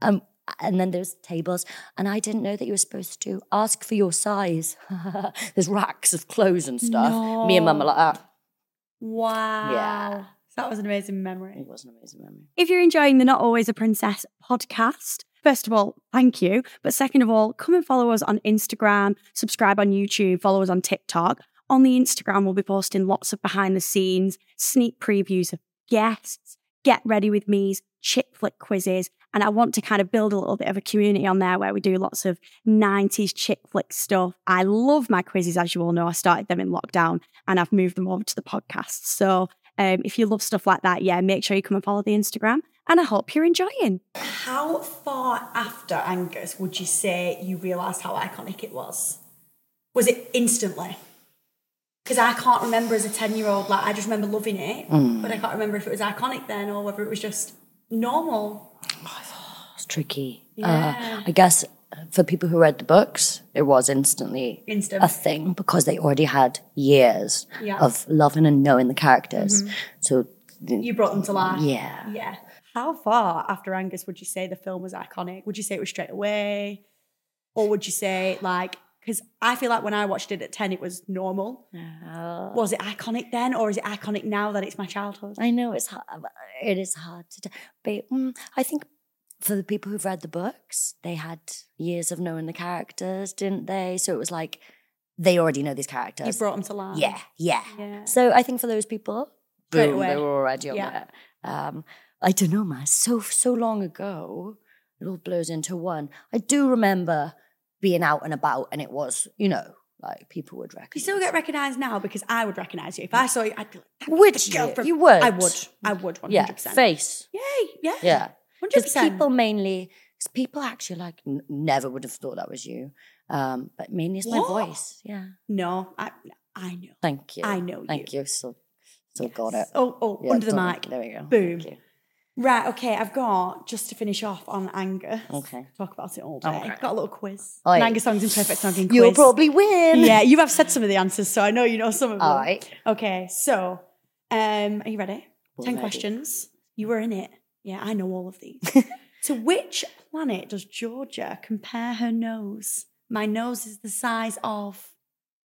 A: um, and then there's tables, and I didn't know that you were supposed to ask for your size. [laughs] there's racks of clothes and stuff. Me and Mum are
B: No.
A: like, ah,
B: Wow.
A: Yeah.
B: That was an amazing memory.
A: it was an amazing memory.
B: If you're enjoying the Not Always a Princess podcast, first of all, thank you. But second of all, come and follow us on Instagram, subscribe on YouTube, follow us on TikTok. On the Instagram, we'll be posting lots of behind the scenes, sneak previews of guests, get ready with me's, chip flick quizzes. And I want to kind of build a little bit of a community on there where we do lots of 90s chick flick stuff. I love my quizzes, as you all know. I started them in lockdown and I've moved them over to the podcast. So um, if you love stuff like that, yeah, make sure you come and follow the Instagram. And I hope you're enjoying.
C: How far after Angus would you say you realised how iconic it was? Was it instantly? Because I can't remember as a 10 year old, like I just remember loving it, but I can't remember if it was iconic then or whether it was just normal.
A: It's tricky.
C: Yeah.
A: Uh, I guess uh, for people who read the books, it was instantly
C: Instant.
A: a thing because they already had years
C: Yeah. Mm-hmm.
A: of loving and knowing the characters. So,
C: You brought them to life.
A: yeah.
C: Yeah. How far after Angus would you say the film was iconic? Would you say it was straight away? Or would you say, like, because I feel like when I watched it at 10, it was normal. Was it iconic then, or is it iconic now that it's my childhood?
A: I know it's hard. It is hard to. t- But mm, I think for the people who've read the books, they had years of knowing the characters, didn't they? So it was like they already know these
C: You
A: characters.
C: brought them to life.
A: yeah, yeah,
C: Yeah.
A: So I think for those people,
C: Straight
A: boom,
C: away.
A: they were already on
C: Yeah.
A: there. Um, I don't know, man. So so long ago, it all blurs into one. I do remember being out and about, and it was you know like people would recognize.
C: You still get recognised now because I would recognise you. If I saw you, I'd be like, "That
A: Would you?
C: girl from-"
A: You would.
C: I would. I would 100%.
A: Yeah, face.
C: Yay. Yeah.
A: Yeah.
C: 100%.
A: Because people mainly, because people actually like n- never would have thought that was you. Um, but mainly it's my
C: What?
A: voice. Yeah.
C: no, I, I know.
A: Thank you.
C: I know
A: Thank you. So, so got it.
C: Yes. Oh, oh,
A: Yeah,
C: under the
A: done.
C: mic.
A: There we go.
C: Boom.
A: Thank you.
C: Right, okay, I've got just to finish off on Angus.
A: Okay.
C: Talk about it all day.
A: Okay.
C: Got a little quiz.
A: Oi.
C: An Angus songs and perfect snogging quiz.
A: You'll probably win. [laughs]
C: Yeah, you have said some of the answers, so I know you know some of them.
A: All right.
C: Okay, so um, are you ready?
A: All
C: Ten
A: ready.
C: questions. You were in it. Yeah, I know all of
A: [laughs]
C: these. to which planet does Georgia compare her nose? My nose is the size of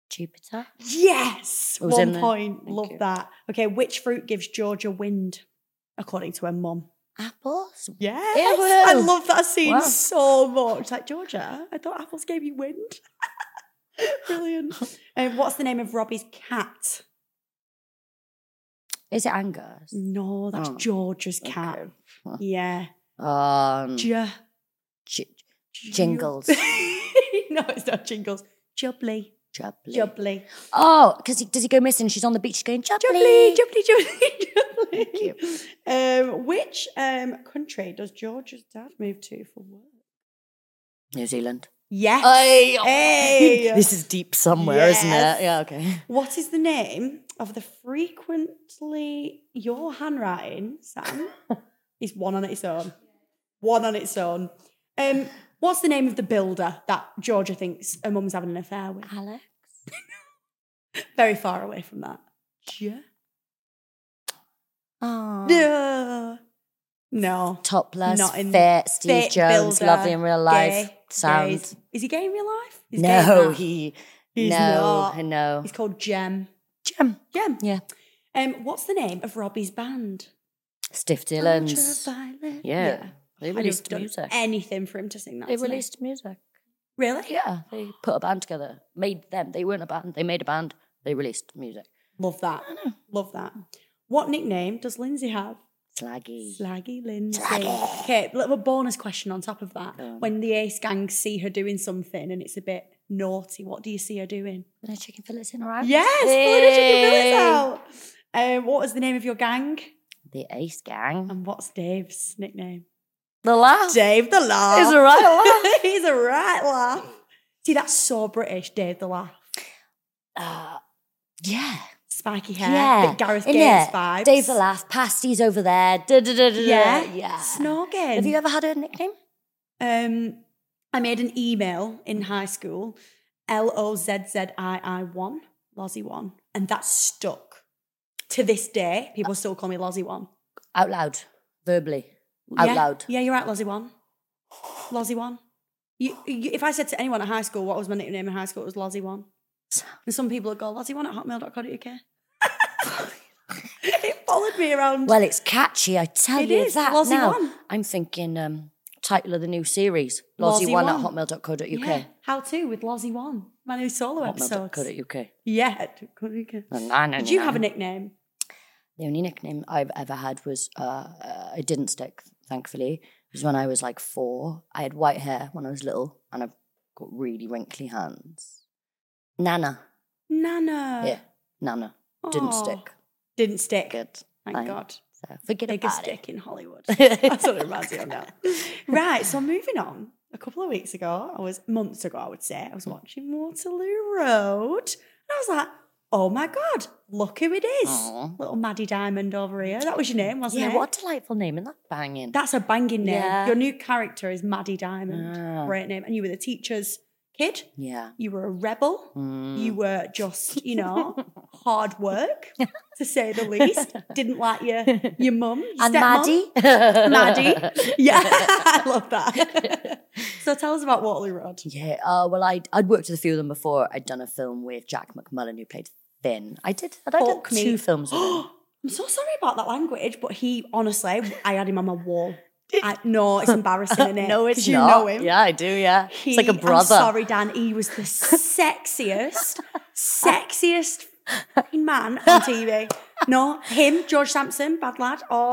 A: Jupiter.
C: Yes!
A: It was in
C: One
A: there.
C: point.
A: Thank
C: Love
A: you.
C: that. Okay, which fruit gives Georgia wind? According to her mum.
A: Apples.
C: Yes. I
A: Ew.
C: love that scene
A: Wow.
C: so much. Like, Georgia, I thought apples gave you wind. [laughs] Brilliant. [laughs] And what's the name of Robbie's cat?
A: Is it Angus?
C: No, that's
A: Oh,
C: Georgia's cat.
A: Okay.
C: Yeah.
A: Um,
C: J-
A: j-
C: Ju-
A: Jingles.
C: [laughs] no, it's not jingles. Jubbly.
A: Jubbly.
C: Jubbly.
A: oh, because does he go missing? She's on the beach going,
C: Jubbly.
A: Jubbly.
C: Jubbly. Jubbly.
A: Thank you.
C: Um, which um, country does Georgia's dad move to for work?
A: New Zealand. [laughs]
C: Yes.
A: Hey.
C: [laughs] Hey.
A: this is deep somewhere, isn't
C: Yes.
A: it? Yeah, okay.
C: What is the name of the frequently your handwriting, Sam?
A: [laughs]
C: is one on its own. One on its own. Um, what's the name of the builder that Georgia thinks her mum's having an affair with?
A: Alex.
C: Very far away from that. Yeah.
A: Oh. Uh,
B: No. No.
A: Topless,
B: Not in-
A: fit, Steve
B: Fit
A: Jones,
B: builder,
A: lovely in real life.
B: Gay.
A: Sound.
B: Gay. Is, is he gay in real life? He's gay in
A: no,
B: that.
A: he.
B: He's
A: no,
B: not.
A: no.
B: He's called Gem.
A: Gem.
B: Gem.
A: Yeah.
B: Um, what's the name of Robbie's band?
A: Stiff Dillons.
B: Ultraviolet.
A: Yeah. They
B: I'd have
A: released
B: done
A: music.
B: Anything for him to sing that.
A: They
B: to me.
A: released music.
B: Really?
A: Yeah. They put a band together. Made them. They weren't a band. They made a band. They released music.
B: Love that. Love that. What nickname does Lindsay have?
A: Slaggy.
B: Slaggy Lindsay. Okay, little bonus question on top of that.
A: Go on.
B: When the Ace Gang see her doing something and it's a bit naughty, what do you see her doing?
A: No chicken fillets in, alright?
B: Yes,
A: Hey.
B: well, the chicken fillets out. Um, what was the name of your gang?
A: The Ace Gang.
B: And what's Dave's nickname?
A: The Laugh.
B: Dave the Laugh.
A: He's
B: [laughs]
A: a right laugh.
B: He's a right laugh. See, that's so British, Dave the Laugh.
A: [laughs] Uh, yeah.
B: Spiky hair,
A: Yeah,
B: bit Gareth
A: innit?
B: Gates vibes.
A: Dave the Laugh. Pasties over there. Da, da, da, da, da.
B: Yeah,
A: Yeah.
B: Snogging.
A: Have you ever had a nickname?
B: Um, I made an email in high school, L O Z Z I I one, Lozzie one, and that stuck. To this day, people still call me Lozzie one.
A: Out loud. Verbally. Out
B: yeah.
A: loud.
B: Yeah, you're right, Lozzie one. Lozzie one. You, you, if I said to anyone at high school what was my nickname in high school, it was Lozzie one. And some people would go Lozzie one at hotmail.co.uk.
A: [laughs]
B: it followed me around.
A: Well, it's catchy, I tell
B: It
A: you
B: is,
A: that
B: Lozzie
A: now.
B: One.
A: I'm thinking um, title of the new series,
B: Lozzie
A: Lozzie1 at
B: One.
A: hotmail.co.uk.
B: yeah. How to with Lozzie one, my new
A: Oh,
B: solo episode.
A: Hotmail.co.uk.
B: Yeah. at .co.uk. Did you have a nickname?
A: The only nickname I've ever had was, uh, uh, it didn't stick, thankfully. It was when I was like four. I had white hair when I was little, and I've got really wrinkly hands. Nana.
B: Nana.
A: yeah, Nana. Didn't
B: Aw.
A: stick.
B: Didn't stick.
A: Good.
B: Thank
A: Fine.
B: God.
A: So forget
B: Biggest
A: about it.
B: stick in Hollywood.
A: [laughs]
B: That's [laughs] what it
A: Stick.
B: reminds me of now. Right, so moving on. A couple of weeks ago, I was months ago, I would say, I was watching Waterloo Road. And I was like, oh my God, look who it is.
A: Aw.
B: Little Maddie Diamond over here. That was your name, wasn't
A: yeah,
B: it?
A: what a delightful name, and that banging.
B: That's a banging name.
A: Yeah.
B: Your new character is Maddie Diamond.
A: Ah.
B: Great name. And you were the teacher's kid.
A: yeah.
B: You were a rebel.
A: Mm.
B: You were just, you
A: [laughs]
B: know, hard work, to say the least. Didn't like your your mum, your
A: and
B: stepmum.
A: Maddie.
B: [laughs] Maddie. Yeah, I love that. so tell us about Waterloo Road.
A: [laughs] Yeah. Uh, well, I'd, I'd worked with a few of them before. I'd done a film with Jack McMullen, who played Finn. I did. Had I done
B: Fuck me.
A: two films with
B: [gasps]
A: him?
B: [gasps] I'm so sorry about that language, but he honestly, I had him on
A: [laughs]
B: my wall. I, no, it's embarrassing, is
A: no, it's
B: you
A: not.
B: know him.
A: Yeah, I do. Yeah,
B: He,
A: it's like a brother.
B: I'm sorry, Dan. He was
A: [laughs]
B: the sexiest, sexiest fucking man on TV. No, him, George Sampson, bad lad. Oh,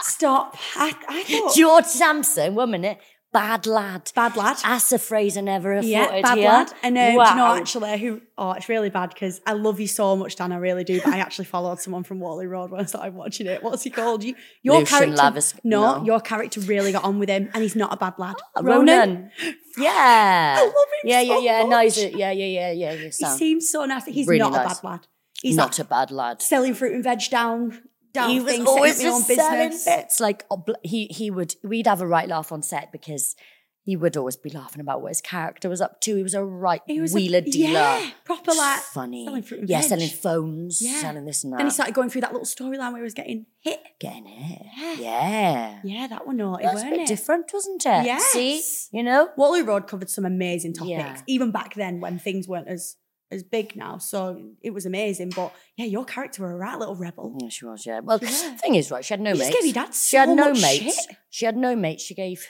A: [laughs]
B: stop. stop. I, I thought
A: George Sampson. One minute, bad lad.
B: bad lad.
A: That's a phrase I never have
B: yeah,
A: thought
B: bad
A: here.
B: lad. And uh, do you know
A: Wow.
B: actually who? Oh, it's really bad because I love you so much, Dan. I really do. But I actually followed someone from Wally Road when I started watching it. What's he
A: [laughs]
B: called? You, your
A: Lucian
B: character?
A: Lavis-
B: no,
A: no.
B: your character really got on with him, and he's not a bad
A: [gasps]
B: lad.
A: Ronan. Yeah.
B: [gasps] I love him
A: Yeah, yeah,
B: so
A: yeah. No, he's a,
B: much.
A: yeah, yeah, yeah, yeah, yeah.
B: He
A: Sam.
B: seems so nasty. He's
A: Really
B: not
A: nice.
B: a bad lad. He's
A: Not a bad lad.
B: selling fruit and veg down down
A: he was
B: things,
A: always
B: setting up
A: just
B: his own
A: selling
B: business.
A: bits. Like obl- he he would we'd have a right laugh on set because he would always be laughing about what his character was up to. He was a right
B: He was a-
A: wheeler dealer.
B: yeah, proper like
A: funny.
B: selling fruit and
A: yeah,
B: veg.
A: selling phones,
B: Yeah.
A: selling this and that.
B: Then he started going through that little storyline where he was getting hit.
A: Getting it.
B: Yeah.
A: Yeah.
B: Yeah, that one naughty,
A: That was a
B: weren't
A: bit
B: it?
A: different, wasn't it? See?
B: Yes.
A: You know?
B: Waterloo Road covered some amazing topics,
A: Yeah.
B: even back then when things weren't as as big now. So it was amazing. But yeah, your character were a right little rebel.
A: Yeah, she was, yeah. Well,
B: Yeah.
A: thing is, right, she had no
B: you
A: mates.
B: just gave your dad so
A: she had no
B: much
A: mates.
B: shit.
A: She had no mates. She gave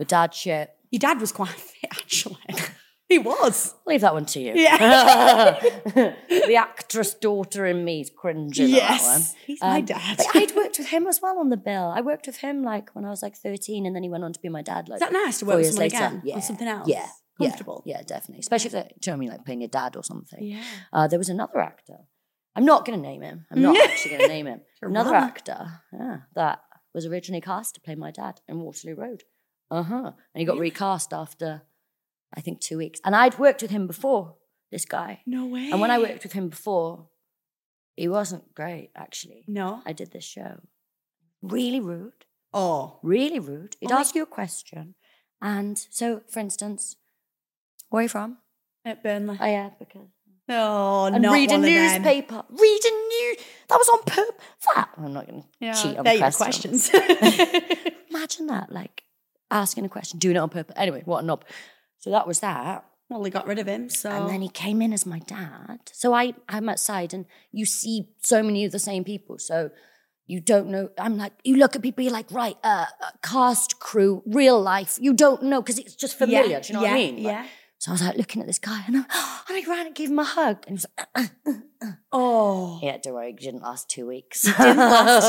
A: her dad shit.
B: Your dad was quite [laughs] fit, actually. he was.
A: Leave that one to you.
B: Yeah.
A: [laughs]
B: [laughs]
A: the actress daughter in me is cringing at that one.
B: yes. He's my
A: Um,
B: dad.
A: But I'd worked with him as well on the bill. I worked with him like when I was like 13 and then he went on to be my dad like
B: Is that nice to
A: four
B: work with
A: years
B: someone
A: later.
B: again
A: Yeah,
B: on something else?
A: yeah, yeah,
B: Comfortable.
A: Yeah, definitely. Especially if they're do you know what I mean, like playing your dad or something.
B: Yeah.
A: Uh, there was another actor. I'm not going to name him. I'm
B: [laughs]
A: not actually going to name him.
B: Sure
A: Another
B: why not?
A: actor yeah, that was originally cast to play my dad in Waterloo Road. Uh huh. And he got recast after, I think, two weeks. And I'd worked with him before, this guy.
B: No way.
A: And when I worked with him before, he wasn't great, actually.
B: No.
A: I did this show. Really rude,
B: Oh.
A: really rude. He'd
B: Oh my-
A: ask you a question. And so, for instance, where are you from?
B: At Burnley.
A: Oh, yeah, because
B: Oh,
A: Uh, and
B: not
A: read a
B: one of them.
A: newspaper. Read a new. That was on purpose. That I'm not going to
B: Yeah,
A: cheat on
B: they're
A: the
B: your
A: question.
B: questions. [laughs]
A: Imagine that, like asking a question, doing it on purpose. Anyway, what a knob. So that was that.
B: well, they got rid of him, so
A: And then he came in as my dad. So I, I'm outside and you see so many of the same people. So you don't know. I'm like, you look at people, you're like, right, uh, uh, cast, crew, real life. You don't know because it's just
B: yeah,
A: familiar. do you know
B: yeah,
A: what I mean? Like,
B: Yeah.
A: so I was like looking at this guy and, I, [gasps] and I ran and gave him a hug. And he was like, "Uh,
B: Oh.
A: yeah, don't worry, it didn't last two weeks.
B: [laughs] Didn't last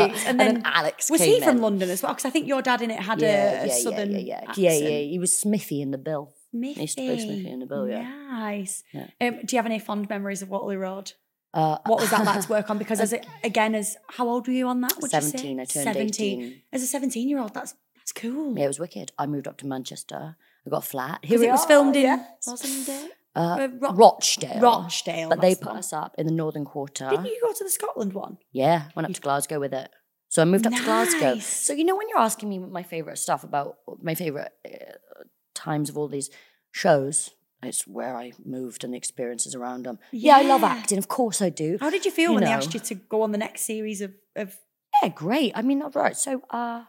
A: [laughs]
B: weeks.
A: And,
B: And then
A: then, Alex
B: Was
A: came
B: he from
A: in.
B: London as well? Because I think your dad in it had
A: Yeah,
B: a, a
A: yeah, yeah,
B: southern
A: yeah, yeah. yeah,
B: accent.
A: yeah. He was Smithy in the bill.
B: Miffy.
A: used to play Smithy in the bill, yeah.
B: Nice.
A: Yeah.
B: Um, do you have any fond memories of Watley Road?
A: Uh,
B: What was that like to work on? Because
A: [laughs]
B: as a, again, as how old were you on that? Would
A: Seventeen.
B: You
A: I
B: say?
A: turned eighteen.
B: As a seventeen-year-old, that's that's cool.
A: Yeah, it was wicked. I moved up to Manchester. I got a flat. Here
B: 'Cause
A: we
B: it was
A: are,
B: filmed in
A: yeah.
B: wasn't it?
A: uh,
B: Uh, Ro-
A: Rochdale.
B: Rochdale.
A: But they
B: that's the
A: put
B: one.
A: us up in the Northern Quarter.
B: Didn't you go to the Scotland one?
A: Yeah, went up to Glasgow with it. So I moved up to Glasgow.
B: Nice.
A: So you know when you're asking me my favorite stuff about my favorite uh, times of all these shows, it's where I moved and the experiences around them. Yeah, I love
B: Yeah.
A: acting. Of course I do.
B: How did you feel
A: You
B: when they
A: know.
B: asked you to go on the next series of of
A: Yeah, great. I mean, all right. So, uh,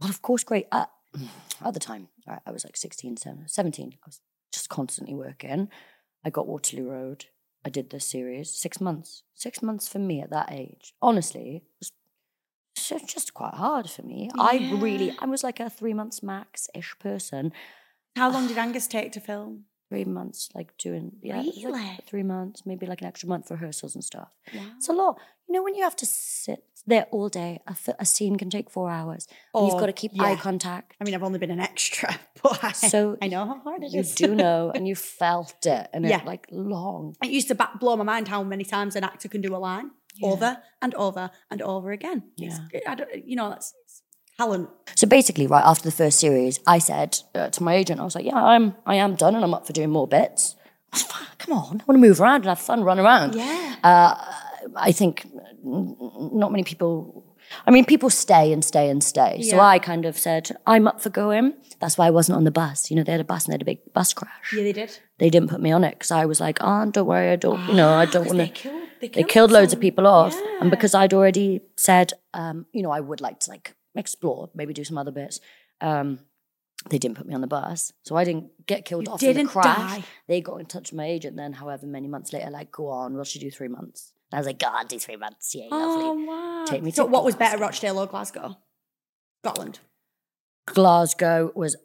A: well, of course, great. Uh, [clears throat] at the time, all right, I was like 16, 17, 17. I was just constantly working. I got Waterloo Road. I did this series. Six months. Six months for me at that age. Honestly, it was s- just quite hard for me. I really,
B: Yeah.
A: I was like a three months max ish person.
B: how [sighs] long did Angus take to film?
A: Three months, like doing, yeah, it was like
B: Really?
A: three months, maybe like an extra month for rehearsals and stuff.
B: Wow.
A: It's a lot. You know, when you have to sit there all day, a, fi- a scene can take four hours. and
B: Oh,
A: you've got to keep
B: yeah.
A: eye
B: [laughs]
A: contact.
B: I mean, I've only been an extra, [laughs] but I,
A: So
B: I know how hard it
A: you
B: is.
A: do know,
B: [laughs]
A: and you felt it, and
B: Yeah.
A: it like long.
B: It used to ba- blow my mind how many times an actor can do a line
A: Yeah.
B: over and over and over again. It's- I don't, you know, that's it's talent.
A: So basically, right after the first series, I said uh, to my agent, I was like, "Yeah, I'm, I am done, and I'm up for doing more bits. Come on, I want to move around and have fun, run around." Uh,
B: Yeah.
A: I think n- n- not many people. I mean, people stay and stay and stay. So
B: Yeah.
A: I kind of said, "I'm up for going." That's why I wasn't on the bus. You know, they had a bus and they had a big bus crash.
B: yeah, they did.
A: they didn't put me on it because I was like, oh, don't worry, I don't, you know, I don't
B: Ah, 'Cause
A: want
B: They
A: to.
B: killed,
A: They
B: they killed,
A: killed loads of
B: some-
A: people off.
B: Yeah.
A: And because I'd already said, um, you know, I would like to like explore, maybe do some other bits, um, they didn't put me on the bus. So I didn't get killed
B: You
A: off in
B: didn't
A: the crash.
B: die.
A: They got in touch with my agent then, however many months later, like, go on, will she do three months? And I was like, God, do three months. Yeah,
B: Oh,
A: lovely.
B: wow.
A: Take me
B: so,
A: to
B: what was better,
A: Glasgow.
B: Rochdale or Glasgow? Scotland.
A: Glasgow was,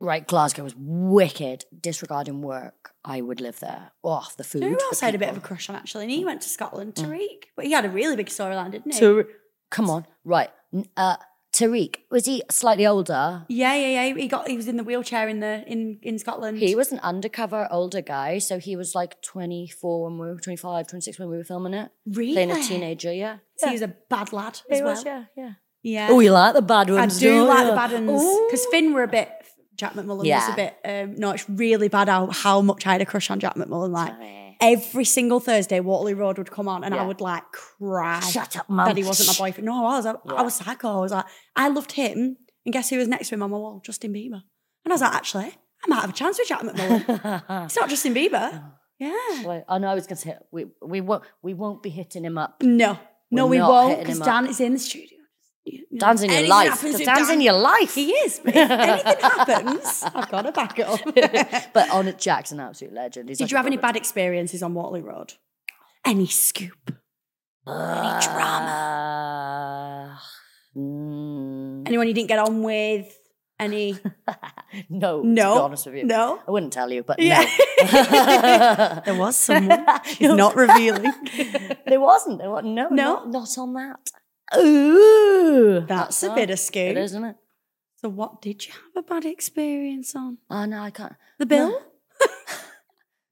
A: right, Glasgow was wicked. Disregarding work, I would live there. Oh, the food.
B: Who
A: the
B: else I had a bit of
A: people. Mm.
B: a crush on, actually? And he went to Scotland, Tariq. But he had a really big storyline, didn't he?
A: Tariq. Come on, right. N- Uh, Tariq was he slightly older?
B: yeah, yeah, yeah. He got he was in the wheelchair in the in in Scotland.
A: He was an undercover older guy, so he was like 24 when we were 25, 26 when we were filming it,
B: really
A: playing a teenager. Yeah,
B: So he was a bad lad as well.
A: yeah, yeah.
B: yeah.
A: Oh, you like the bad
B: I
A: ones?
B: do
A: don't
B: like the
A: you?
B: bad ones because Finn were a bit. Jack McMullen was a
A: Yeah.
B: bit. Um, no, it's really bad how, how much I had a crush on Jack McMullen. Like
A: Sorry.
B: every single Thursday, Waterloo Road would come on, and I
A: Yeah.
B: would like cry
A: Shut up, mum.
B: that he wasn't my boyfriend. No, I was. I, I
A: Yeah.
B: was psycho. I was like, I loved him, and guess who was next to him on my wall? Justin Bieber. And I was like, actually, I might have a chance with Jack McMullen.
A: [laughs]
B: it's not Justin Bieber.
A: Oh.
B: Yeah.
A: Well, I know I was gonna say we we won't we won't be hitting him up.
B: No, no,
A: We're
B: we
A: not
B: won't
A: hitting
B: because
A: him
B: Dan is in the studio. You know,
A: Dan's in your
B: anything
A: life.
B: happens with
A: Dan's
B: Dan-
A: in your life.
B: He is. But if anything
A: [laughs]
B: happens, I've got a backup. Did
A: But on it, Jack's an absolute legend. He's like
B: you
A: a
B: have any
A: brother.
B: bad experiences on Waterloo Road? Any scoop? Any drama?
A: drama. [sighs] Mm,
B: Anyone you didn't get on with?
A: [laughs]
B: Any?
A: no,
B: No.
A: to be honest with you.
B: No.
A: I wouldn't tell you, but
B: Yeah.
A: no.
B: [laughs] There was someone. She's
A: No.
B: not [laughs] revealing.
A: there wasn't. There was, no,
B: No?
A: Not, not on that. Ooh.
B: That's a
A: not-
B: bit of scoop.
A: It is, isn't it?
B: So, what did you have a bad experience on?
A: Oh, no, I can't.
B: The bill? [laughs]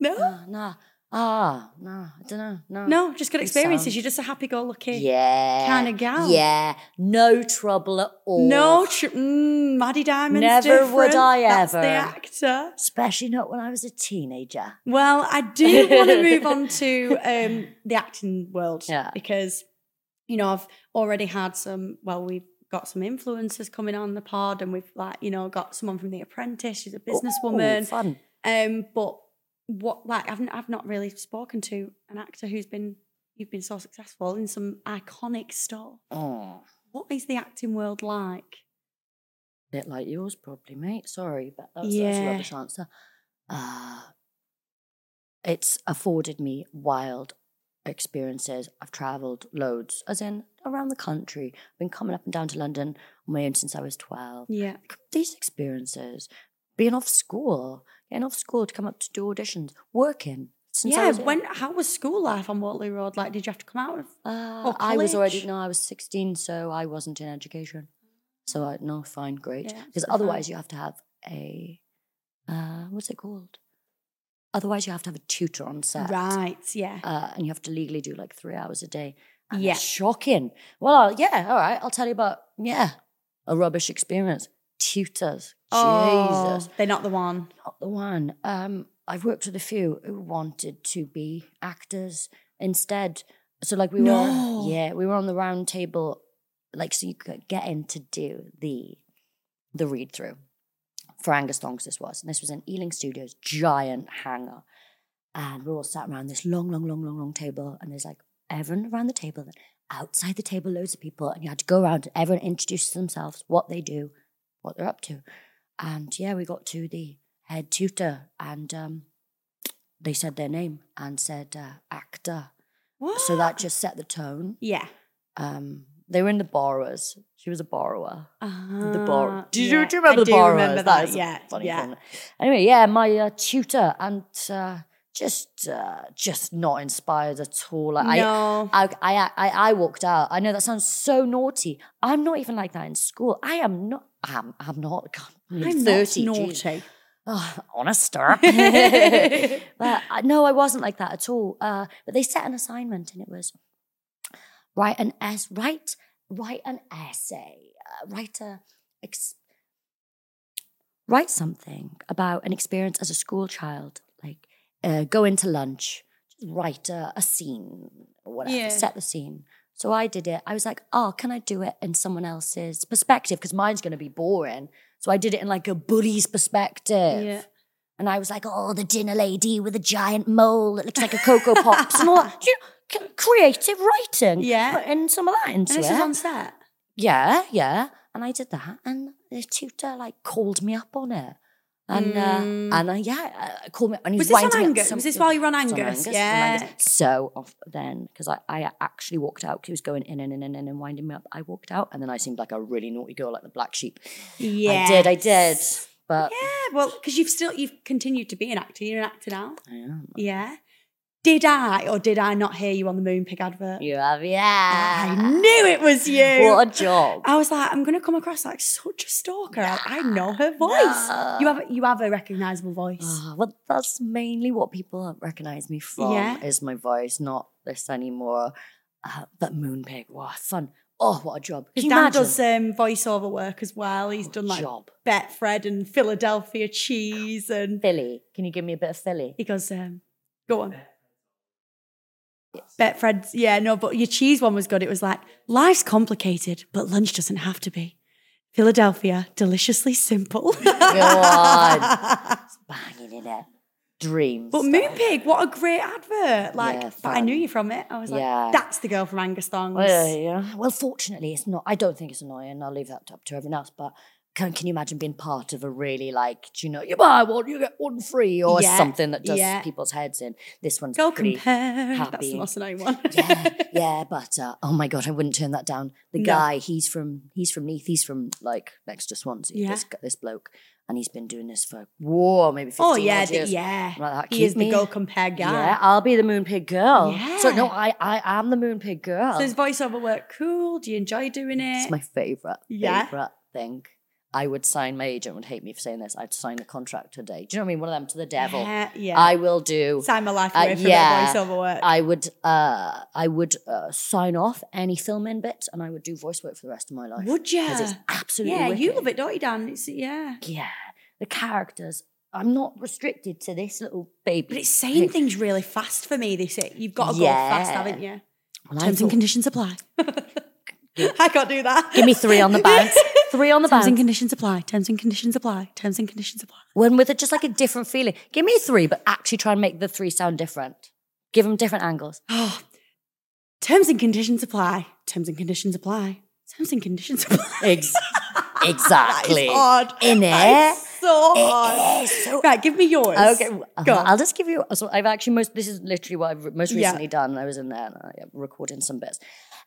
B: No. No,
A: Oh, no. Ah, no. I don't know. No.
B: just good
A: It
B: experiences.
A: sounds-
B: You're just a happy go lucky.
A: Yeah.
B: Kinda gal.
A: Yeah. No trouble at all.
B: No, tr- mm, Maddie Diamond's
A: Never would
B: different.
A: I
B: That's the
A: ever.
B: actor.
A: Especially not when I was a teenager.
B: Well, I do want to move on
A: [laughs]
B: to um, the acting world
A: Yeah.
B: because, you know, I've already had some, well, we've got some influencers coming on the
A: Oh,
B: pod and we've, like, you know, got someone from The Apprentice. She's a
A: Ooh,
B: businesswoman.
A: fun.
B: Um, but what like I've n- I've not really spoken to an actor who's been you've been so successful in some iconic stuff.
A: Oh,
B: What is the acting world like?
A: bit like yours, probably, mate. Sorry, but that's, that's a
B: Yeah.
A: rubbish answer. Uh, it's afforded me wild experiences. I've travelled loads, as in around the country. I've been coming up and down to London on my own since I was 12.
B: Yeah.
A: These experiences, being off school, getting off school to come up to do auditions, working. Since I
B: yeah,
A: was a-
B: when how was school life on Waterloo Road like? Did you have to come out of
A: Uh,
B: Or
A: I was already
B: college?
A: no, I was sixteen, so I wasn't in education. So I no, fine, great.
B: Yeah,
A: Because
B: so
A: otherwise,
B: fine.
A: you have to have a uh, what's it called? Otherwise, you have to have a tutor on set,
B: Right, yeah.
A: Uh, and you have to legally do like three hours a day. And
B: Yeah.
A: it's shocking. Well, yeah, all right. I'll tell you about yeah, a rubbish experience. Tutors,
B: Oh,
A: Jesus,
B: They're not the one.
A: not the one. Um, I've worked with a few who wanted to be actors instead. So like we
B: No.
A: were, yeah, we were on the round table, like so you could get in to do the the read through for Angus Thongs. This was, and this was in Ealing Studios, giant hangar, and we're all sat around this long, long, long, long, long table, and there's like everyone around the table, and outside the table, loads of people, and you had to go around. Everyone introduces themselves, what they do, what they're up to, and yeah, we got to the head tutor, and um, they said their name and said uh, actor.
B: What?
A: So that just set the tone.
B: Yeah.
A: Um, they were in the borrowers. She was a borrower. The
B: Ah,
A: borrower. Do, you
B: yeah.
A: do you remember
B: I
A: the
B: do
A: borrowers?
B: remember
A: That
B: that,
A: is a
B: yeah.
A: funny
B: yeah.
A: film. Anyway, yeah, my uh, tutor and uh, just uh, just not inspired at all. Like, I,
B: no.
A: I, I, I, I walked out. I know that sounds so naughty. I'm not even like that in school. I am not. I'm, I'm not. God, I'm
B: I'm
A: 30.
B: not
A: geez.
B: naughty.
A: Oh, [sighs] honester. [laughs] but I, no, I wasn't like that at all. Uh, but they set an assignment, and it was write an es- write write an essay, uh, write a ex- write something about an experience as a school child, like uh, go into lunch, just write a, a scene or whatever,
B: Yeah.
A: set the scene. So I did it. I was like, oh, can I do it in someone else's perspective? Because mine's going to be boring. So I did it in like a bully's perspective.
B: Yeah.
A: And I was like, oh, the dinner lady with a giant mole that looks like a Cocoa Pops and all that. You know, c- creative writing.
B: Yeah.
A: Put in some of that into
B: And this
A: it.
B: is on set.
A: yeah, yeah. And I did that. And the tutor like called me up on it. And
B: Mm.
A: uh, and uh, yeah, uh, called me. And he
B: Was this on
A: winding up
B: Angus? Was this
A: something.
B: while you were on
A: It was
B: Angus?
A: it was
B: Yeah.
A: Angus. So off then, because I, I actually walked out because he was going in and in and in and winding me up. I walked out and then I seemed like a really naughty girl, like the black sheep.
B: Yeah.
A: I did, I did. But
B: Yeah, well, because you've still you've continued to be an actor. You're an actor now.
A: I am.
B: Yeah. Did I or did I not hear you on the Moonpig advert?
A: You have, yeah.
B: I knew it was you.
A: What a job.
B: I was like, I'm gonna come across like such a stalker. I, I know her voice.
A: Nah.
B: You have you have a recognizable voice.
A: Ah, well, that's mainly what people recognize me from
B: Yeah.
A: is my voice, not this anymore. Uh, but Moonpig, wow, fun. Oh, what a job. Can
B: His
A: you
B: dad
A: imagine? Oh,
B: does um, voiceover work as well. He's done like
A: job.
B: Betfred and Philadelphia cheese, and
A: Philly. Can you give me a bit of
B: [laughs]
A: Philly?
B: he goes, um, "Go on." Betfred's, yeah, no, but your cheese one was good. It was like life's complicated, but lunch doesn't have to be. Philadelphia, deliciously simple. [laughs]
A: God. Banging in it. Dreams.
B: But Moonpig, what a great advert! Like,
A: Yeah,
B: but I
A: fun.
B: knew you from it. I was like,
A: Yeah.
B: "That's the girl from Angus Thongs."
A: Well, yeah, yeah. Well, fortunately, it's not. I don't think it's annoying. I'll leave that up to everyone else. But can, can you imagine being part of a really like, do you know, you buy one, you get one free, or
B: Yeah,
A: something that does
B: yeah.
A: people's heads in? This one's
B: Go
A: pretty.
B: compare. That's
A: happy.
B: the most annoying one.
A: [laughs] yeah, yeah, but uh, oh my god, I wouldn't turn that down. The
B: No.
A: guy, he's from he's from Neath, he's from like next to Swansea.
B: Yeah.
A: This this bloke, and he's been doing this for whoa, maybe fifteen
B: [laughs] oh yeah,
A: odd
B: the-
A: years.
B: yeah.
A: Like that.
B: He
A: Keep
B: is
A: me-
B: the go compare guy.
A: Yeah, I'll be the Moonpig girl. So no,
B: Yeah.
A: I I am the Moonpig girl.
B: So his voiceover work, cool. Do you enjoy doing it?
A: It's my favorite,
B: Yeah.
A: favorite thing. I would sign. My agent would hate me for saying this. I'd sign the contract today. Do you know what I mean? One of them to the devil.
B: Yeah, yeah.
A: I will do.
B: Sign my life
A: Uh,
B: away from
A: yeah.
B: that voiceover work.
A: I would. Uh, I would uh, sign off any filming bits, and I would do voice work for the rest of my life.
B: Would you?
A: Because it's absolutely.
B: Yeah, you
A: wicked.
B: love it, don't you, Dan? It's, yeah.
A: Yeah, the characters. I'm not restricted to this little baby.
B: But it's saying things really fast for me. They say you've got to go
A: Yeah.
B: fast, haven't
A: Well,
B: you?
A: I
B: Terms and
A: thought,
B: conditions apply. [laughs] I can't do that. [laughs]
A: give me three on the bounce. Three on the
B: Terms and
A: bounce.
B: conditions apply. Terms and conditions apply. Terms and conditions apply.
A: One with a, just like a different feeling. Give me three, but actually try and make the three sound different. Give them different
B: [laughs]
A: angles.
B: Oh, terms and conditions apply. Terms and conditions apply. Terms and conditions apply. [laughs]
A: Ex- exactly.
B: Hard.
A: In
B: That
A: it.
B: is so hard. Right, give me yours.
A: Okay, w- uh-huh.
B: Go
A: I'll
B: on.
A: just give you. So I've actually most. This is literally what I've re- most
B: Yeah.
A: recently done. I was in there and I, yeah, recording some bits,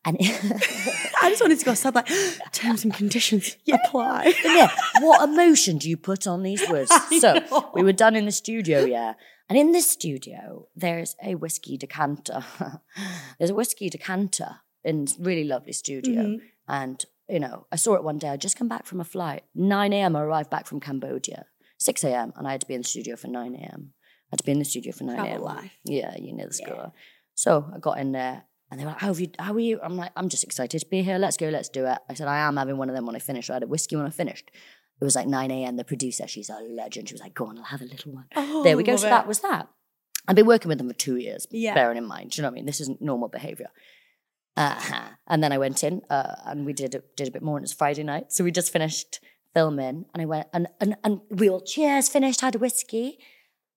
A: and [laughs]
B: I just wanted to go sad like [gasps] terms and [laughs] conditions apply.
A: yeah, what emotion do you put on these words?
B: [laughs] I
A: So
B: know.
A: we were done in the studio, yeah. And in this studio, there's a whiskey decanter. [laughs] there's a whiskey decanter in this really lovely studio.
B: Mm-hmm.
A: And, you know, I saw it one day. I'd just come back from a flight. 9 a.m. I arrived back from Cambodia. 6 a.m. And I had to be in the studio for 9 a.m. I had to be in the studio for 9
B: Travel
A: a.m.
B: life.
A: Yeah, you know the score. So I got in there and they were like, How have you how are you? I'm like, I'm just excited to be here. Let's go, let's do it. I said, I am having one of them when I finish. I had a whiskey when I finished. It was like 9 a.m. The producer, she's a legend. She was like, Go on, I'll have a little one.
B: Oh,
A: there we go.
B: love
A: So
B: it.
A: that was that. I've been working with them for two years,
B: Yeah.
A: bearing in mind, do you know what I mean? This isn't normal behavior. Uh-huh. And then I went in uh, and we did did a bit more, and it was Friday night. So we just finished filming, and I went and, and, and we all cheers, finished, had a whiskey.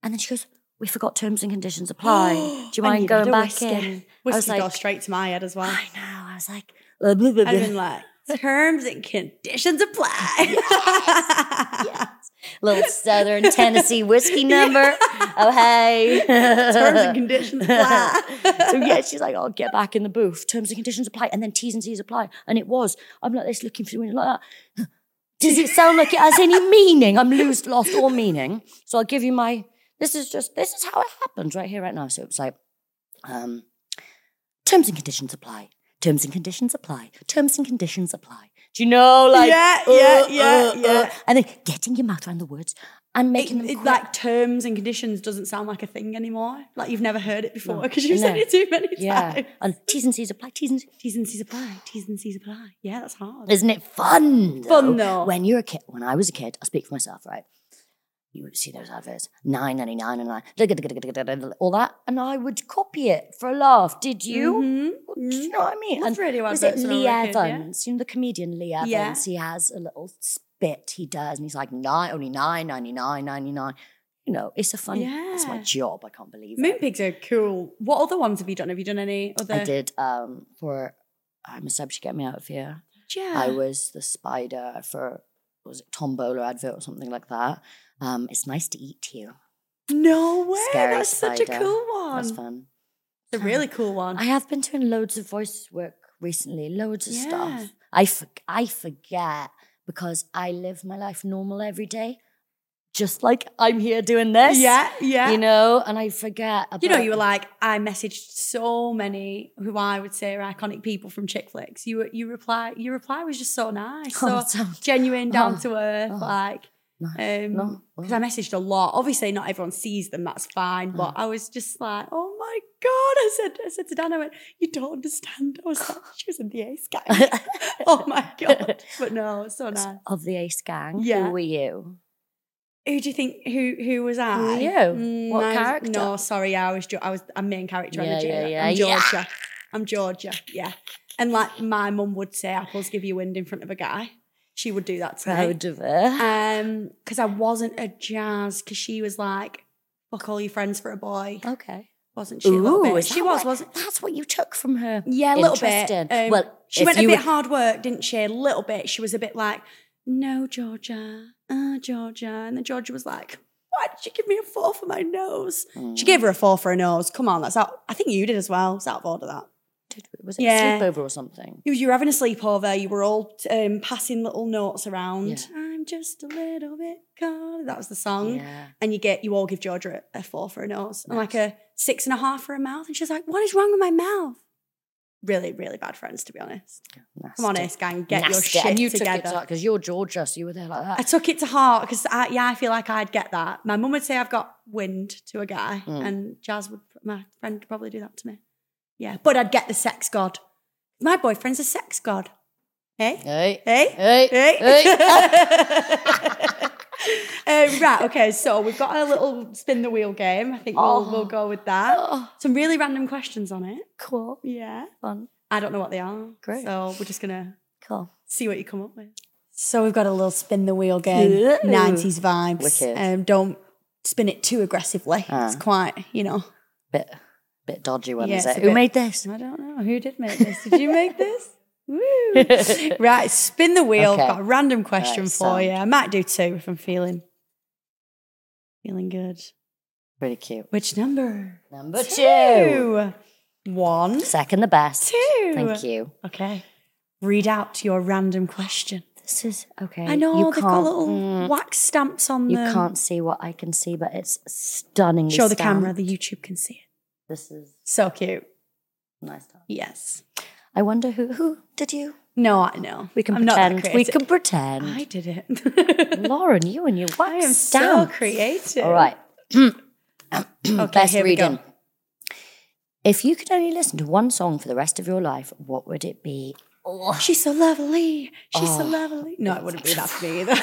A: And then she goes, We forgot terms and conditions
B: [gasps]
A: apply. Do you
B: I
A: mind
B: need
A: going
B: a
A: back
B: whiskey.
A: in? I was
B: Whiskey
A: like,
B: goes straight to my head as well.
A: I know. I was like, blah, blah, blah,
B: I'd
A: blah.
B: been
A: [laughs]
B: like, terms and conditions apply. [laughs]
A: Yes. little Southern Tennessee [laughs] whiskey number. Oh, hey.
B: terms and conditions apply.
A: [laughs] so yeah, she's like, "I'll get back in the booth. Terms and conditions apply, and then T's and C's apply." And it was. I'm like this, looking for the window like that. [laughs] Does it sound like it has any meaning? I'm lost, lost all meaning. So I'll give you my. This is just. This is how it happens right here, right now. So it's like, um, terms and conditions apply. Terms and conditions apply. Terms and conditions apply. Do you know, like, uh,
B: Yeah, yeah, yeah, yeah.
A: and then getting your mouth around the words and making
B: It-
A: them
B: it-
A: quick.
B: like terms and conditions doesn't sound like a thing anymore. Like you've never heard it before
A: No.
B: because you've said
A: No.
B: it too many
A: yeah,
B: times.
A: and T's and C's apply. T's and C's.
B: T's and C's apply. T's and C's apply. Yeah, that's hard.
A: Isn't it fun? Though?
B: Fun, though.
A: When you're a kid, when I was a kid, I'll speak for myself, right? You would see those adverts, nine ninety nine and nine, all that, and I would copy it for a laugh. Did you? Do you know what I mean?
B: That's really
A: was it
B: Mm-hmm. adverts when I
A: Lee
B: was a kid, yeah.
A: Evans? You know the comedian Lee Evans.
B: Yeah.
A: He has a little spit he does, and he's like nine, only nine ninety nine ninety nine. You know, it's a fun. It's my
B: Yeah.
A: job. I can't believe it.
B: Moonpigs are cool. What other ones have you done? Have you done any other?
A: I did um, for I'm a sub. She get me out of here.
B: Yeah.
A: I was the spider for what was it Tombola advert or something like that. Um, it's nice to eat you.
B: no way.
A: Scary
B: that's such a
A: spider.
B: cool
A: That
B: one.
A: was fun.
B: It's a really cool one.
A: I have been doing loads of voice work recently. Loads of
B: Yeah.
A: stuff. I for, I forget because I live my life normal every day, just like I'm here doing this.
B: yeah, yeah.
A: You know, and I forget. About
B: You know, you were like, I messaged so many who I would say are iconic people from chick flicks. You were- you reply, your reply was just
A: [laughs]
B: so nice,
A: Oh,
B: so
A: that sounds
B: genuine, down
A: [laughs] Oh,
B: to earth,
A: oh,
B: like.
A: nice.
B: Um,
A: No,
B: because I messaged a lot. Obviously, not everyone sees them. That's fine. But
A: Mm.
B: I was just like, "Oh my god!" I said, I said to Dan, "I went, you don't understand." I was like, "She was in the Ace Gang."
A: [laughs]
B: [laughs] oh my god! But no, it's so nice.
A: of the Ace Gang.
B: Yeah.
A: Who were you?
B: Who do you think? Who who was I?
A: were you? What
B: I was-
A: character?
B: No, sorry, I was. Jo- I was. I'm main character
A: Yeah,
B: energy.
A: yeah, yeah,
B: I'm
A: yeah.
B: Georgia. I'm Georgia. Yeah. And like my mum would say, apples give you wind in front of a guy. She would do that to me.
A: Proud of her.
B: Um, because I wasn't a jazz. Because she was like, "Fuck all your friends for a boy,"
A: okay.
B: wasn't she? a little bit?
A: is
B: she
A: that
B: was,
A: what-
B: wasn't?
A: That's what you took from her.
B: Yeah, a little bit.
A: Interesting.
B: Um,
A: Well,
B: she
A: if
B: went a
A: you
B: bit
A: were-
B: hard work, didn't she? A little bit. She was a bit like, "No, Georgia, ah, Georgia," and then Georgia was like, "Why did you give me a four for my nose?"
A: Mm.
B: She gave her a four for her nose. Come on, that's out. I think you did as well. It's out of order. That
A: Did- Was it
B: Yeah.
A: a sleepover or something?
B: you you were having a sleepover. You were all um, passing little notes around.
A: Yeah.
B: I'm just a little bit cold. That was the song
A: Yeah.
B: and you get you all give Georgia a, a four for a nose and like a six and a half for a mouth, and she's like, "What is wrong with my mouth?" Really, really bad friends, to be honest.
A: Nasty.
B: Come on, Ace Gang, get your
A: Nasty.
B: shit
A: And you
B: together.
A: took it because you're Georgia, so you were there like
B: I
A: that.
B: took it to heart because I, yeah, I feel like I'd get that. My mum would say I've got wind to a guy,
A: Hmm.
B: and Jazz would, my friend would probably do that to me. Yeah, but I'd get the sex god. My boyfriend's a sex god. Hey, [laughs]
A: Hey.
B: hey,
A: Hey.
B: Hey.
A: Hey.
B: [laughs] Uh, right, okay, so we've got a little spin the wheel game. I think we'll,
A: Oh.
B: we'll go with that.
A: Oh,
B: Some really random questions on it.
A: cool.
B: Yeah.
A: Fun.
B: I don't know what they are.
A: Great.
B: So we're just going to
A: Cool.
B: see what you come up with.
C: So we've got a little spin the wheel game, 90s vibes.
A: Wicked. Ah.
C: Um, don't spin it too aggressively. It's quite, you know.
A: Bit, bit dodgy one,
C: Yeah,
A: is
C: it's
A: it?
C: a
A: Who
C: bit-
A: made this?
C: I don't know. Who did make this? Did you make [laughs] this? Woo. Right, spin the wheel.
A: Okay.
C: Got a random question
A: Right,
C: for you. I might do two if I'm feeling feeling good.
A: Pretty cute.
C: Which number?
A: Number two.
C: Two. One.
A: Second the best.
C: Two.
A: Thank you.
C: Okay. Read out your random question.
A: This is okay.
C: I know
A: you
C: they've got
A: can't-
C: little
A: mm,
C: wax stamps on
A: You
C: them.
A: can't see what I can see, but it's stunning.
C: show the camera. The YouTube can see it.
A: This is
C: So cute.
A: nice. Time.
C: Yes.
A: I wonder who who did you?
C: No, I know.
A: We can
C: I'm not that
A: pretend. we
C: creative.
A: can pretend.
C: I did
A: [laughs]
C: it.
A: Lauren, you and your wax
C: I am
A: stamp.
C: so creative.
A: All right.
C: [clears throat] Okay,
A: Best
C: here we go.
A: reading. If you could only listen to one song for the rest of your life, what would it be?
B: Oh.
C: She's so lovely. She's so
A: Oh.
C: lovely. No, it wouldn't be that for
B: [laughs]
C: me either.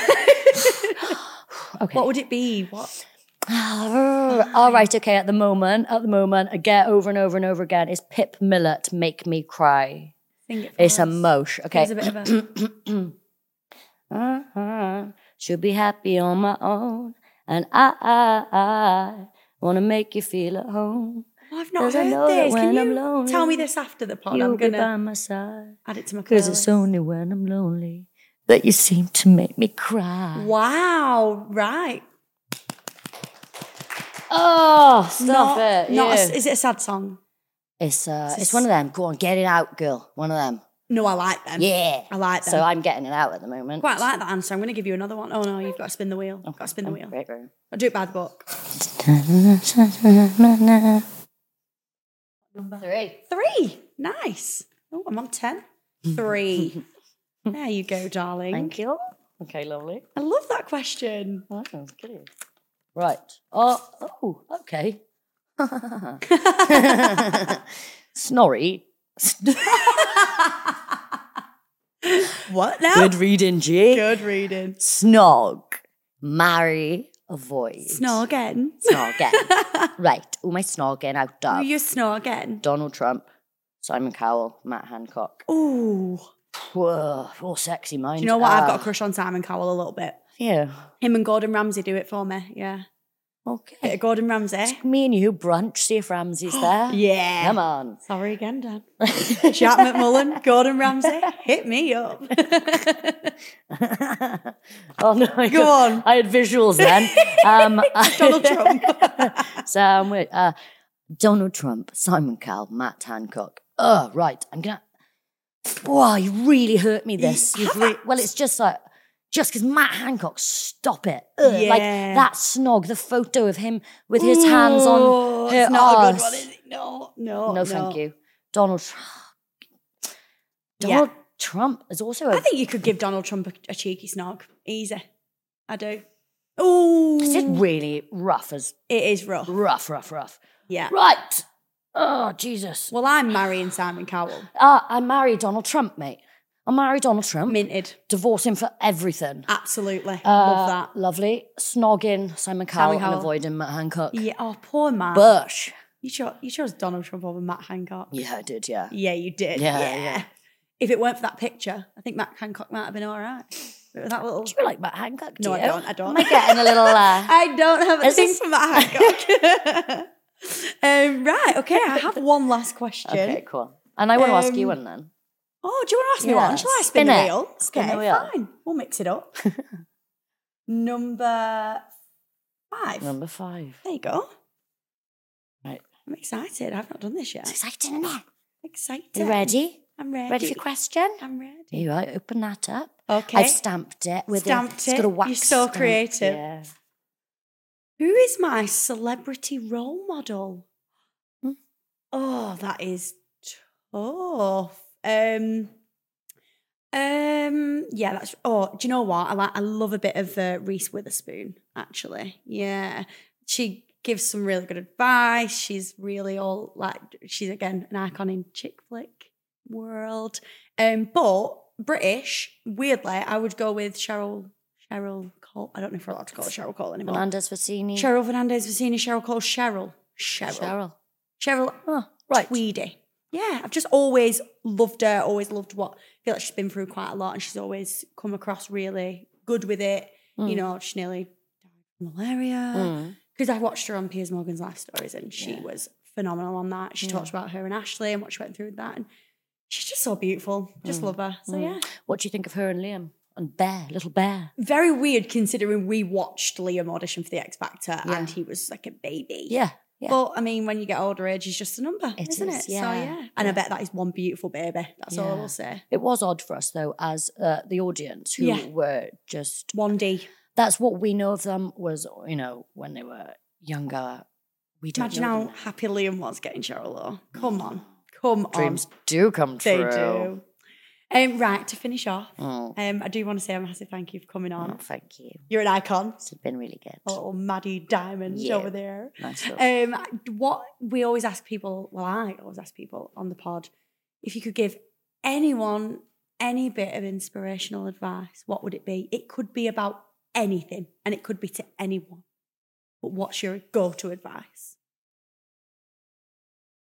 A: Okay.
C: what would it be? What?
A: [sighs] All right, okay. At the moment, at the moment, again, over and over and over again, is Pip Millet "Make Me Cry"?
C: Sing it for
A: It's a
C: us.
A: mosh.
C: Give
A: Okay.
C: us a bit of a-
A: Uh-huh. Should be happy on my own, and I, I, I wanna make you feel at home.
C: [clears throat] Oh, I've not
A: Does I
C: heard
A: know that
C: this. Can
A: when
C: you
A: I'm lonely,
C: tell me this after the pod?
A: You'll
C: I'm gonna
A: be by my side.
C: add it to my
A: Because it's
C: playlist.
A: only when I'm lonely that you seem to make me cry.
C: Wow! Right.
A: Oh, stop
C: Not-
A: it.
C: Not a-
A: you.
C: is it a sad song?
A: it's, uh,
C: a
A: it's one of them. Go on, get it out, girl. One of them.
C: No, I like them.
A: Yeah.
C: I like them.
A: So I'm getting it out at the moment.
B: Quite
C: I like that answer. I'm going to give you another one. Oh no, you've got to spin the wheel. Got to spin the wheel.
A: Right, right.
B: I'll do it by the book.
A: Three.
B: Three. Nice. Oh, I'm on ten.
A: [laughs]
B: Three. there you go, darling.
A: Thank you. Okay, lovely.
B: I love that question.
A: Oh, good. Right. Oh, oh okay. [laughs] Snorri.
B: What now?
A: Good reading, G.
B: Good reading.
A: Snog. Marry. Avoid.
B: Snore again. [laughs]
A: Snogging. right. All my snogging out
B: Will
A: done.
B: you snore again?
A: Donald Trump, Simon Cowell, Matt Hancock.
B: Ooh.
A: Whoa, all sexy minds.
B: Do you know what? I've
A: Ah,
B: got a crush on Simon Cowell a little bit.
A: Yeah.
B: Him and Gordon Ramsay do it for me. Yeah. Bit
A: Okay.
B: of Gordon Ramsay.
A: Me and you brunch, see if
B: [gasps]
A: Ramsey's there.
B: Yeah.
A: Come on.
B: Sorry again, Dan. Jack McMullen, [laughs] Gordon Ramsay, hit me up.
A: [laughs] oh no.
B: Go on.
A: I had visuals
B: [laughs]
A: then. Um, [laughs]
B: Donald Trump.
A: so I'm with uh, Donald Trump, Simon Cowell, Matt Hancock. Oh, right. I'm gonna. Wow, you really hurt me. This. You've re- well, it's just like just because Matt Hancock. Stop it. Ugh, Like
B: Yeah.
A: that snog. The photo of him with his hands on her
B: It's not a
A: arse.
B: good one, is it? No, no.
A: no, thank you, Donald. Tr-
B: Yeah.
A: Donald Trump is also
B: I
A: a.
B: think you could give Donald Trump a, a cheeky snog. Easy. I do. Ooh.
A: This is really rough. As
B: It is rough.
A: rough, rough, rough.
B: Yeah.
A: Right. Oh Jesus.
B: Well, I'm marrying Simon Cowell.
A: Ah, I marry Donald Trump, mate. I marry Donald Trump.
B: Minted.
A: divorce him for everything.
B: Absolutely.
A: Uh,
B: Love that.
A: Lovely. Snogging Simon Cowell, and
B: Cowell.
A: avoiding Matt Hancock.
B: Yeah. Oh, poor man.
A: Bush.
B: you, cho- you chose Donald Trump over Matt Hancock.
A: Yeah, I did, yeah.
B: Yeah, you did.
A: Yeah,
B: Yeah,
A: yeah.
B: If it weren't for that picture, I think Matt Hancock might have been all right. But with that little.
A: Do you like Matt Hancock? Do
B: No, I
A: you? [laughs]
B: don't, I don't.
A: Am I getting a little. Uh,
B: [laughs] I don't have a
A: Is
B: thing
A: this-
B: for Matt Hancock. [laughs] um, right. Okay. I have one last question.
A: okay, cool. And I want to ask you
B: Um,
A: one then.
B: Oh, do you want to ask me
A: Yeah,
B: one? Shall I spin,
A: spin
B: the
A: it.
B: wheel?
A: Spin
B: okay,
A: the wheel.
B: fine. We'll mix
A: [laughs]
B: it up. Number five.
A: Number five.
B: There you go.
A: Right.
B: I'm excited. I've not done this
A: It's
B: yet.
A: exciting, isn't it?
B: Excited.
A: You ready?
B: I'm ready.
A: Ready for question?
B: I'm ready.
A: You right, open that up.
B: Okay.
A: I've stamped it with a,
B: Stamped
A: It's got
B: it.
A: a
B: You're
A: wax.
B: so
A: stamp.
B: creative.
A: Yeah.
B: Who is my celebrity role model?
A: Hmm.
B: Oh, that is tough. Um, um, yeah, that's. Oh, do you know what? I like. I love a bit of uh, Reese Witherspoon. Actually, yeah, she gives some really good advice. She's really all like. She's again an icon in chick flick world. Um, but British, weirdly, I would go with Cheryl. Cheryl Cole. I don't know if we're allowed to call her Cheryl Cole anymore.
A: Fernandez
B: Mm.
A: Fassini.
B: Cheryl Fernandez was seen as Cheryl called Cheryl. Cheryl. Cheryl.
A: Cheryl. Oh, right.
B: Tweedy. yeah, I've just always loved her, always loved what I feel like she's been through quite a lot and she's always come across really good with it.
A: Mm.
B: You know, she nearly died of malaria. Because I watched her on Piers Morgan's Life Stories and she was phenomenal on that. She talked about her and Ashley and what she went through with that. And she's just so beautiful. Just
A: Mm.
B: love her. So yeah.
A: What do you think of her and Liam? And Bear, little Bear.
B: Very weird considering we watched Liam audition for the X Factor and he was like a baby.
A: Yeah. Yeah.
B: But I mean, when you get older, age is just a number, is isn't
A: is,
B: it?
A: yeah.
B: So yeah. And I bet that is one beautiful baby. That's all I
A: Yeah.
B: will say.
A: It was odd for us though, as uh, the audience who
B: Yeah.
A: were just
B: One D.
A: that's what we know of them was you know when they were younger. We don't
B: Imagine
A: know
B: how
A: them now.
B: happy Liam was getting Cheryl Law. Come on. Come
A: dreams
B: on.
A: do come
B: They
A: true.
B: do. Um, right, to finish off,
A: Mm.
B: um, I do want to say a massive thank you for coming
A: Oh,
B: on.
A: thank you.
B: You're an icon.
A: It's been really good.
B: A little Maddie Diamond
A: Yeah.
B: over there.
A: Nice little-
B: oh, Um, what we always ask people, well, I always ask people on the pod, if you could give anyone any bit of inspirational advice, what would it be? It could be about anything and it could be to anyone. But what's your go to advice?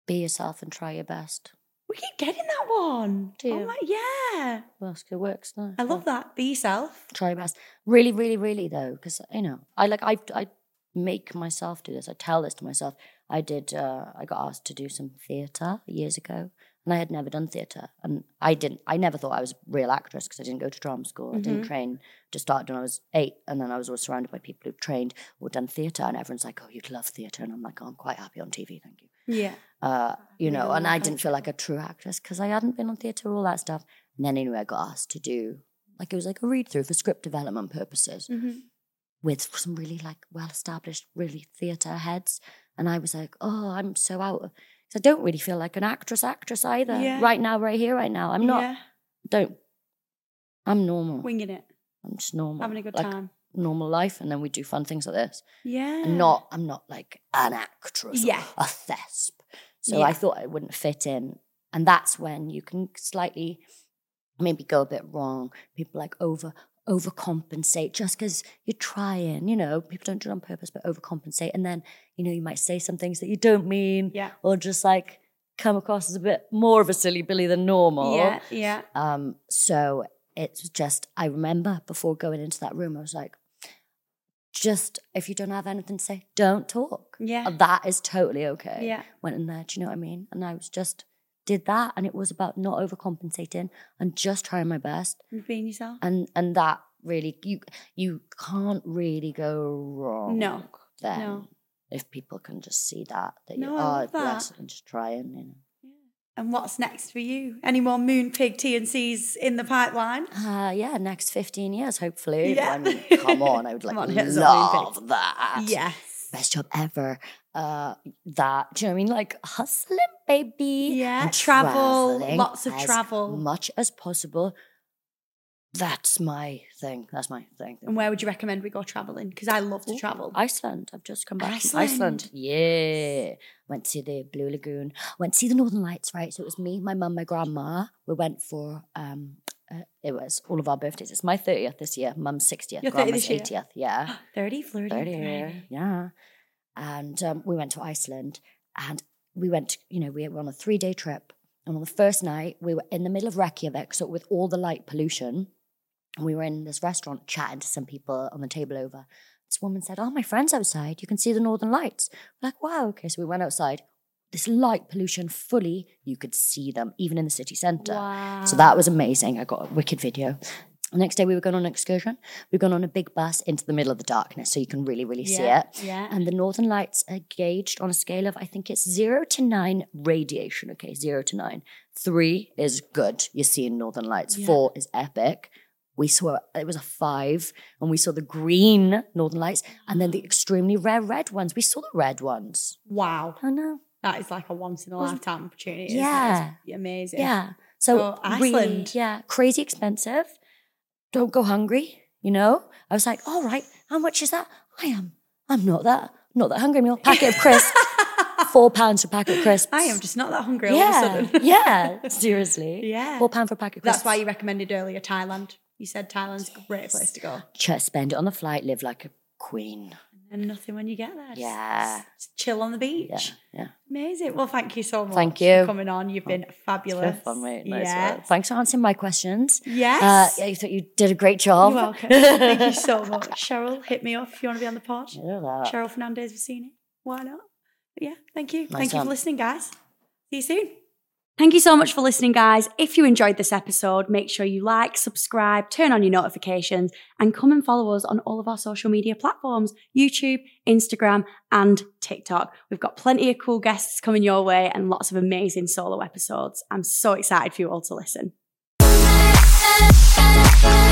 A: Be yourself and try your best.
B: We keep getting that one.
A: Do you? Oh.
B: Oh my, yeah.
A: Well, it's good works now.
B: I love that. Be yourself.
A: Try your best. Really, really, really though, because you know, I like I I make myself do this. I tell this to myself. I did. Uh, I got asked to do some theatre years ago, and I had never done theatre, and I didn't. I never thought I was a real actress because I didn't go to drama school. I didn't train to start when I was eight, and then I was always surrounded by people who've trained or done theatre, and everyone's like, "Oh, you'd love theatre," and I'm like, oh, "I'm quite happy on TV, thank you."
B: Yeah.
A: uh, you
B: Yeah,
A: know, and
B: like
A: I didn't feel like a true actress because I hadn't been on theatre, all that stuff. And then anyway, I got asked to do like it was like a read through for script development purposes
B: Mm-hmm.
A: with some really like well established, really theatre heads. And I was like, oh, I'm so out. Because I don't really feel like an actress, actress either.
B: Yeah.
A: Right now, right here, right now. I'm not.
B: Yeah.
A: Don't. I'm normal.
B: Winging it,
A: I'm just normal.
B: having a good
A: like,
B: time.
A: Normal life, and then we do fun things like this
B: Yeah.
A: and not I'm not like an actress
B: Yeah.
A: or a thesp. So
B: Yeah.
A: I thought it wouldn't fit in. And that's when you can slightly maybe go a bit wrong. People like over overcompensate just because you're trying, you know, people don't do it on purpose, but overcompensate. And then, you know, you might say some things that you don't mean
B: Yeah.
A: or just like come across as a bit more of a silly billy than normal.
B: Yeah. Yeah.
A: Um, so it was just, I remember before going into that room, I was like, just if you don't have anything to say, don't talk.
B: Yeah.
A: That is totally okay.
B: Yeah.
A: Went in there, do you know what I mean? And I was just, did that. And it was about not overcompensating and just trying my best.
B: Being yourself.
A: And, and that really, you, you can't really go wrong.
B: No.
A: Then.
B: No.
A: If people can just see that, that
B: No,
A: you
B: I
A: are
B: love that.
A: blessed and just trying, you know.
B: And what's next for you? Any more Moon Pig C's in the pipeline?
A: Uh, yeah, next 15 years, hopefully.
B: Yeah.
A: I mean,
B: [laughs]
A: come on, I would like
B: Come on, hit us up, Moon Pig.
A: love that.
B: Yes.
A: Best job ever. Uh, that, do you know what I mean? Like hustling, baby.
B: Yeah,
A: and
B: travel,
A: traveling
B: lots of
A: as
B: travel.
A: Much as possible. That's my thing. That's my thing.
B: And where would you recommend we go traveling? Because I love to travel.
A: Oh, Iceland. I've just come back from
B: Iceland.
A: Iceland. Yeah. Went to the Blue Lagoon. Went to see the Northern Lights, right? So it was me, my mum, my grandma. We went for um uh, it was all of our birthdays. It's my 30th this year, mum's 60th,
B: Your 30th
A: grandma's
B: this year?
A: 80th. Yeah.
B: 30, flirty,
A: 30. Yeah. And um, we went to Iceland and we went, to- you know, we were on a three day trip. And on the first night, we were in the middle of Reykjavik, so with all the light pollution. And we were in this restaurant chatting to some people on the table over. This woman said, Oh, my friend's outside. You can see the northern lights. We're like, wow, okay. So we went outside. This light pollution fully, you could see them, even in the city centre.
B: Wow.
A: So that was amazing. I got a wicked video. The next day we were going on an excursion. We were going on a big bus into the middle of the darkness so you can really, really see
B: Yeah,
A: it.
B: yeah.
A: And the northern lights are gauged on a scale of I think it's zero to nine radiation. Okay, zero to nine. Three is good. You're seeing northern lights.
B: Yeah.
A: Four is epic. We saw it was a five, and we saw the green northern lights, and then
B: Ah.
A: the extremely rare red ones. We saw the red ones.
B: Wow.
A: I know.
B: That is like a once in a lifetime opportunity. isn't it?
A: Yeah.
B: It's amazing.
A: Yeah. So
B: Oh,
A: really,
B: Iceland.
A: yeah, crazy expensive. Don't go hungry. You know, I was like, all right, how much is that? I am. I'm not that. Not that hungry. Meal packet of
B: [laughs]
A: crisps. Four pounds for a packet of crisps.
B: I am just not that hungry all of a
A: Yeah, [laughs]
B: sudden.
A: yeah. Seriously.
B: [laughs] Yeah.
A: Four pound for a packet of crisps.
B: That's why you recommended earlier Thailand. You said Thailand's a great place to go.
A: just spend it on the flight. Live like a queen.
B: and nothing when you get there. Just-
A: Yeah.
B: just chill on the beach.
A: Yeah. Yeah.
B: Amazing. Well, thank you so much.
A: Thank
B: for
A: you. Oh,
B: coming on. You've been fabulous.
A: Good fun, mate. Nice
B: yes.
A: work. Thanks for answering my questions. Uh,
B: Yes.
A: yeah, you thought you did a great job.
B: You're welcome. thank you
A: [laughs]
B: so much, Cheryl. Hit me up if you want to be on the pod.
A: I don't know.
B: Cheryl Fernandez Vicini. Why not? But yeah, thank you.
A: Nice
B: thank you
A: one.
B: for listening, guys. See you soon. Thank you so much for listening, guys. If you enjoyed this episode, make sure you like, subscribe, turn on your notifications, and come and follow us on all of our social media platforms YouTube, Instagram, and TikTok. We've got plenty of cool guests coming your way and lots of amazing solo episodes. I'm so excited for you all to listen.
D: Thank you.